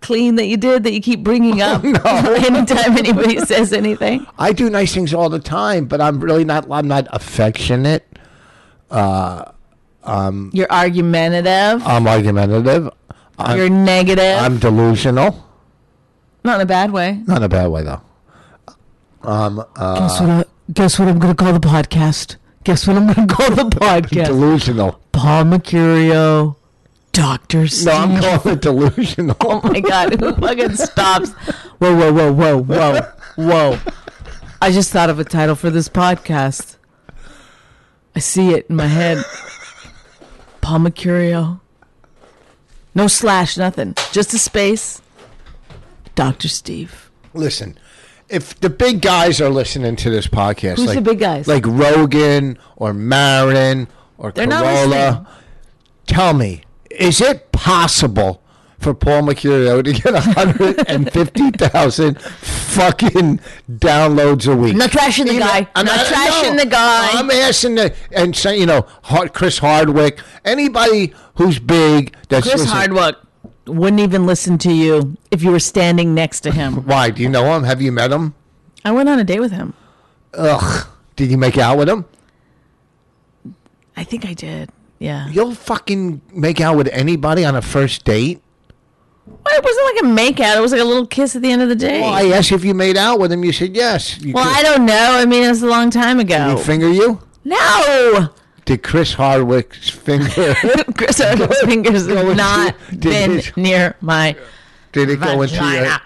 Speaker 3: clean that you did that you keep bringing up anytime anybody says anything.
Speaker 2: I do nice things all the time, but I'm really not. I'm not affectionate. Uh,
Speaker 3: You're argumentative.
Speaker 2: I'm argumentative. I'm,
Speaker 3: you're negative.
Speaker 2: I'm delusional.
Speaker 3: Not in a bad way.
Speaker 2: Not in a bad way though. Um, uh,
Speaker 7: guess what? I, guess what I'm going to call the podcast. Guess what I'm going to call the podcast?
Speaker 2: Delusional.
Speaker 7: Paul Mercurio, Doctor
Speaker 2: No,
Speaker 7: Steve.
Speaker 2: I'm calling it delusional.
Speaker 3: Oh my god, who fucking stops?
Speaker 7: Whoa, whoa, whoa, whoa, whoa, Oh, whoa! I just thought of a title for this podcast. I see it in my head.
Speaker 3: Paul Mercurio. No slash, nothing. Just a space. Dr. Steve.
Speaker 2: Listen, if the big guys are listening to this podcast,
Speaker 3: Who's
Speaker 2: like,
Speaker 3: the big guys?
Speaker 2: Like Rogan or Marin or
Speaker 3: not listening.
Speaker 2: Corolla. Tell me, is it possible for Paul Mercurio to get 150,000 fucking downloads a week?
Speaker 3: I'm not trashing the
Speaker 2: You know,
Speaker 3: guy. I'm not trashing
Speaker 2: no.
Speaker 3: the guy.
Speaker 2: I'm asking the and say you know Har- Chris Hardwick, anybody who's big that's
Speaker 3: Chris
Speaker 2: listen,
Speaker 3: Hardwick wouldn't even listen to you if you were standing next to him.
Speaker 2: Why do you know him? Have you met him?
Speaker 3: I went on a date with him.
Speaker 2: Ugh. Did you make out with him?
Speaker 3: I think I did. Yeah.
Speaker 2: You'll fucking make out with anybody on a first date.
Speaker 3: Well, it wasn't like a make out. It was like a little kiss at the end of the day.
Speaker 2: Well, I asked you if you made out with him. You said yes. You
Speaker 3: Well,
Speaker 2: could-
Speaker 3: I don't know. I mean, it was a long time
Speaker 2: Did
Speaker 3: ago.
Speaker 2: he finger you?
Speaker 3: no,
Speaker 2: Did Chris Hardwick's finger?
Speaker 3: Chris Hardwick's fingers
Speaker 2: Go
Speaker 3: have
Speaker 2: into-
Speaker 3: not
Speaker 2: did
Speaker 3: been
Speaker 2: his-
Speaker 3: near my
Speaker 2: did it go into
Speaker 3: vagina.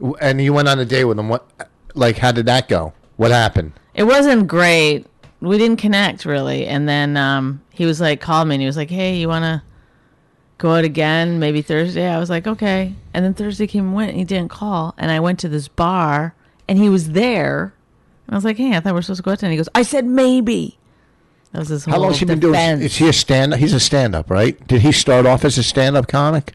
Speaker 2: your? And you went on a date with him. What? Like, how did that go? What happened?
Speaker 3: It wasn't great. We didn't connect really. And then um, he was like, called me and he was like, hey, you want to go out again? Maybe Thursday. I was like, okay. And then Thursday came and went and he didn't call. And I went to this bar and he was there. And I was like, hey, I thought we were supposed to go out tonight. He goes, I said maybe. That was his whole
Speaker 2: How long's he been doing?
Speaker 3: defense.
Speaker 2: Is he a stand? He's a stand-up, right? Did he start off as a stand-up comic?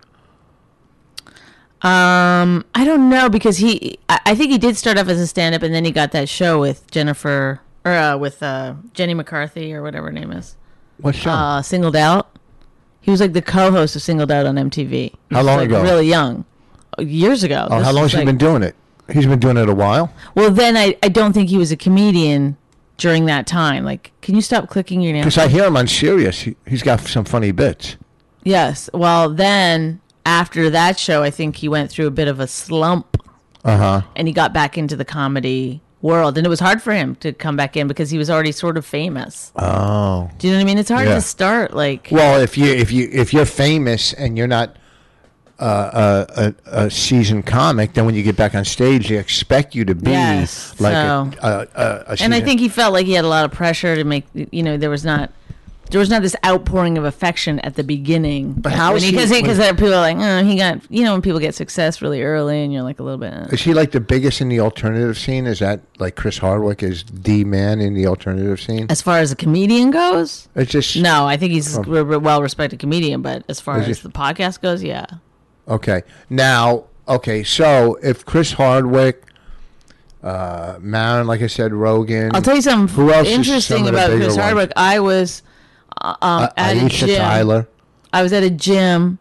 Speaker 3: Um, I don't know because he. I, I think he did start off as a stand-up, and then he got that show with Jennifer or uh, with uh, Jenny McCarthy or whatever her name is.
Speaker 2: What show?
Speaker 3: Uh, Singled Out. He was like the co-host of Singled Out on MTV. He
Speaker 2: How
Speaker 3: was,
Speaker 2: long
Speaker 3: like,
Speaker 2: ago?
Speaker 3: Really young, Uh, years ago.
Speaker 2: oh,
Speaker 3: This
Speaker 2: how long
Speaker 3: was,
Speaker 2: has he been
Speaker 3: like-
Speaker 2: doing it? He's been doing it a while.
Speaker 3: Well, then I, I don't think he was a comedian during that time. Like, can you stop clicking your nails?
Speaker 2: Because I hear him on Sirius. He, he's got some funny bits.
Speaker 3: Yes. Well, then after that show, I think he went through a bit of a slump.
Speaker 2: Uh-huh.
Speaker 3: And he got back into the comedy world, and it was hard for him to come back in because he was already sort of famous.
Speaker 2: Oh.
Speaker 3: Do you know what I mean? It's hard
Speaker 2: Yeah.
Speaker 3: to start like.
Speaker 2: Well, if you if you if you're famous and you're not uh, a, a, a seasoned comic, then when you get back on stage, they expect you to be
Speaker 3: Yes,
Speaker 2: like
Speaker 3: so-
Speaker 2: a, a, a, a
Speaker 3: and I
Speaker 2: seasoned-
Speaker 3: think he felt like he had a lot of pressure to make. You know, there was not. There was not this outpouring of affection at the beginning. But
Speaker 2: how is he-
Speaker 3: Because
Speaker 2: when-
Speaker 3: because people are like, oh, he got. You know, when people get success really early, and you're like a little bit. eh.
Speaker 2: Is he like the biggest in the alternative scene? Is that like Chris Hardwick is the man in the alternative scene?
Speaker 3: As far as a comedian goes,
Speaker 2: It's just
Speaker 3: No, I think he's a re- well-respected comedian, but as far
Speaker 2: Um, Is he? Hmm.
Speaker 3: as the podcast goes, yeah.
Speaker 2: Okay. Now, okay. So if Chris Hardwick, uh, Marin, like I said, Rogan.
Speaker 3: I'll tell you something
Speaker 2: Who else is some of
Speaker 3: interesting
Speaker 2: the
Speaker 3: about
Speaker 2: bigger
Speaker 3: Chris
Speaker 2: ones?
Speaker 3: Hardwick. I was uh, um,
Speaker 2: uh,
Speaker 3: at a
Speaker 2: Aisha
Speaker 3: gym.
Speaker 2: Tyler.
Speaker 3: I was at a gym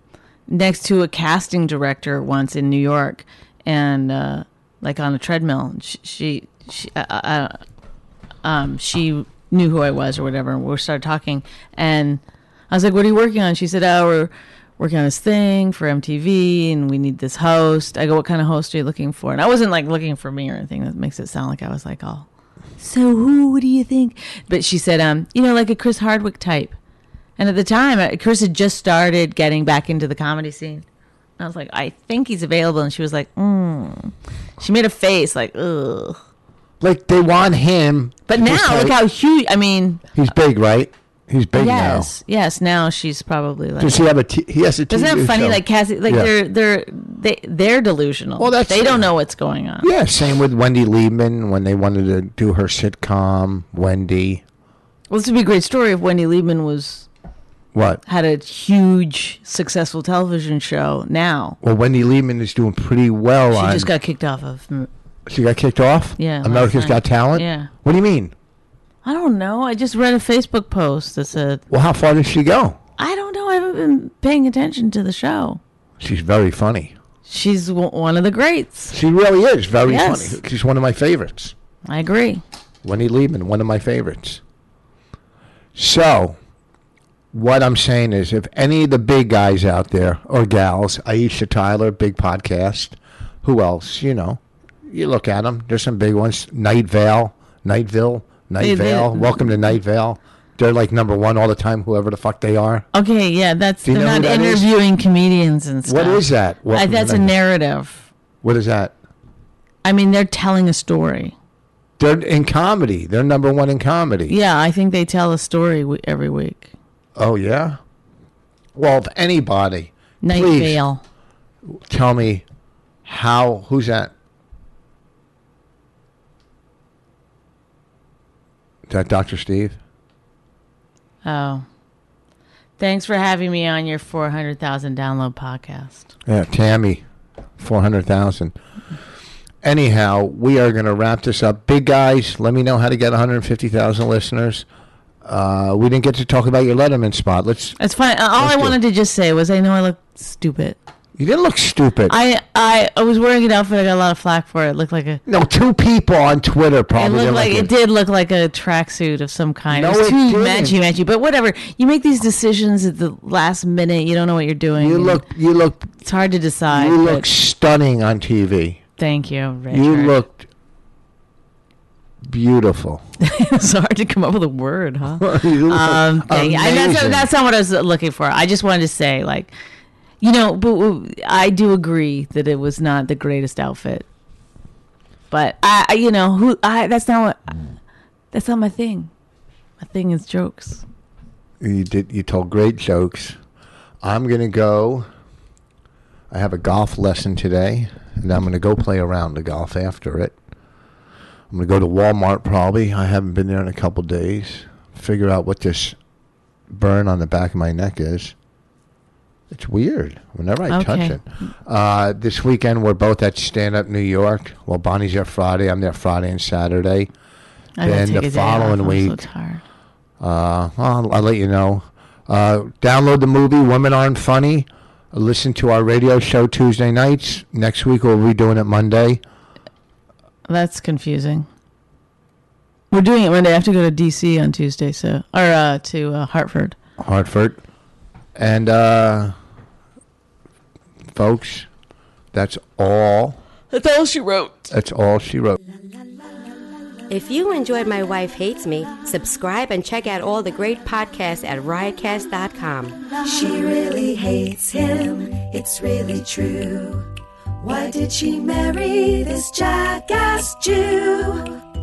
Speaker 3: next to a casting director once in New York, and uh, like on a treadmill. and She, she, she I, I- I- um, she knew who I was or whatever, and we started talking. And I was like, "What are you working on?" She said, "Oh, we're working on this thing for MTV, and we need this host." I go, "What kind of host are you looking for?" And I wasn't like looking for me or anything. That makes it sound like I was like, "Oh." So who? What do you think? But she said, um, you know, like a Chris Hardwick type. And at the time, uh, Chris had just started getting back into the comedy scene. And I was like, I think he's available. And she was like, mm. She made a face like, ugh.
Speaker 2: Like they want him.
Speaker 3: But
Speaker 2: to
Speaker 3: now,
Speaker 2: just
Speaker 3: look
Speaker 2: say-
Speaker 3: how huge. I mean,
Speaker 2: he's big, right? He's big
Speaker 3: yes, yes. Now she's probably like,
Speaker 2: now. Does he have a? T- he has a.
Speaker 3: isn't
Speaker 2: TV
Speaker 3: that funny?
Speaker 2: show.
Speaker 3: Like Cassie, like
Speaker 2: Yeah.
Speaker 3: they're they're they they're delusional.
Speaker 2: Well, that's-
Speaker 3: they don't know what's going on.
Speaker 2: Yeah, same with Wendy Liebman when they wanted to do her sitcom, Wendy.
Speaker 3: Well, this would be a great story if Wendy Liebman was
Speaker 2: What?
Speaker 3: had a huge successful television show. Now
Speaker 2: Well, Wendy Liebman is doing pretty well
Speaker 3: she
Speaker 2: on.
Speaker 3: just got kicked off of.
Speaker 2: she got kicked off.
Speaker 3: Yeah, last
Speaker 2: America's
Speaker 3: night.
Speaker 2: Got Talent.
Speaker 3: Yeah.
Speaker 2: What do you mean?
Speaker 3: I don't know. I just read a Facebook post that said
Speaker 2: Well, how far did she go?
Speaker 3: I don't know. I haven't been paying attention to the show.
Speaker 2: She's very funny.
Speaker 3: She's w- one of the greats.
Speaker 2: She really is very
Speaker 3: Yes.
Speaker 2: funny. She's one of my favorites.
Speaker 3: I agree.
Speaker 2: Wendy Liebman, one of my favorites. So, What I'm saying is, if any of the big guys out there or gals, Aisha Tyler, big podcast, who else? You know, you look at them. There's some big ones. Night Vale, Nightville, Night
Speaker 3: they-
Speaker 2: Vale. Welcome to Night Vale. They're like number one all the time, whoever the fuck they are.
Speaker 3: Okay, yeah, that's
Speaker 2: you
Speaker 3: they're
Speaker 2: know who
Speaker 3: not
Speaker 2: that is?
Speaker 3: interviewing comedians and
Speaker 2: What
Speaker 3: stuff.
Speaker 2: is that?
Speaker 3: I-
Speaker 2: Welcome to
Speaker 3: that's a
Speaker 2: Night-
Speaker 3: narrative.
Speaker 2: What is that?
Speaker 3: I mean, they're telling a story.
Speaker 2: They're in comedy. They're number one in comedy.
Speaker 3: Yeah, I think they tell a story w- every week.
Speaker 2: Oh yeah. Well, if anybody,
Speaker 3: Night
Speaker 2: Please.
Speaker 3: Vale.
Speaker 2: tell me how. Who's that? Is that Doctor Steve?
Speaker 3: Oh. Thanks for having me on your 400,000 download podcast.
Speaker 2: Yeah, Tammy, four hundred thousand. Anyhow, we are going to wrap this up. Big guys, let me know how to get one hundred fifty thousand listeners. Uh, we didn't get to talk about your Letterman spot. Let's.
Speaker 3: That's fine. Uh, All
Speaker 2: Let's
Speaker 3: I
Speaker 2: do it.
Speaker 3: wanted to just say was I know I look stupid.
Speaker 2: You didn't look stupid.
Speaker 3: I, I I was wearing an outfit. I got a lot of flack for it. It looked like a.
Speaker 2: no, two people on Twitter
Speaker 3: It
Speaker 2: probably
Speaker 3: looked
Speaker 2: didn't
Speaker 3: like it did look like a tracksuit of some kind.
Speaker 2: No,
Speaker 3: it was
Speaker 2: it
Speaker 3: too
Speaker 2: didn't.
Speaker 3: matchy matchy. But whatever. You make these decisions at the last minute. You don't know what you're doing.
Speaker 2: You look. You look.
Speaker 3: It's hard to decide.
Speaker 2: You
Speaker 3: but
Speaker 2: look stunning on TV.
Speaker 3: Thank you, Richard.
Speaker 2: You looked beautiful.
Speaker 3: it's hard to come up with a word, huh?
Speaker 2: You look
Speaker 3: Um, thank you. I- that's,
Speaker 2: amazing.
Speaker 3: that's not what I was looking for. I just wanted to say, like, you know, but w- I do agree that it was not the greatest outfit. But I, I you know, who I that's not what that's not my thing. My thing is jokes.
Speaker 2: You did. You told great jokes. I'm gonna go. I have a golf lesson today, and I'm gonna go play a round of golf after it. I'm gonna go to Walmart probably. I haven't been there in a couple days. Figure out what this burn on the back of my neck is. It's weird. Whenever I touch
Speaker 3: Okay.
Speaker 2: it. Uh, this weekend we're both at Stand Up New York. Well, Bonnie's there Friday. I'm there Friday and Saturday.
Speaker 3: I gotta
Speaker 2: Then the
Speaker 3: take a day off.
Speaker 2: following
Speaker 3: I'm
Speaker 2: week-
Speaker 3: so tired.
Speaker 2: Uh, I'll, I'll let you know. Uh, download the movie Women Aren't Funny. Listen to our radio show Tuesday nights. Next week we'll be doing it Monday.
Speaker 3: That's confusing. We're doing it Monday. I have to go to DC on Tuesday, so or uh, to uh, Hartford.
Speaker 2: Hartford. And uh, folks, that's all.
Speaker 3: That's all she wrote.
Speaker 2: That's all she wrote.
Speaker 8: If you enjoyed My Wife Hates Me, subscribe and check out all the great podcasts at riotcast.com.
Speaker 1: She really hates him, it's really true. Why did she marry this jackass Jew?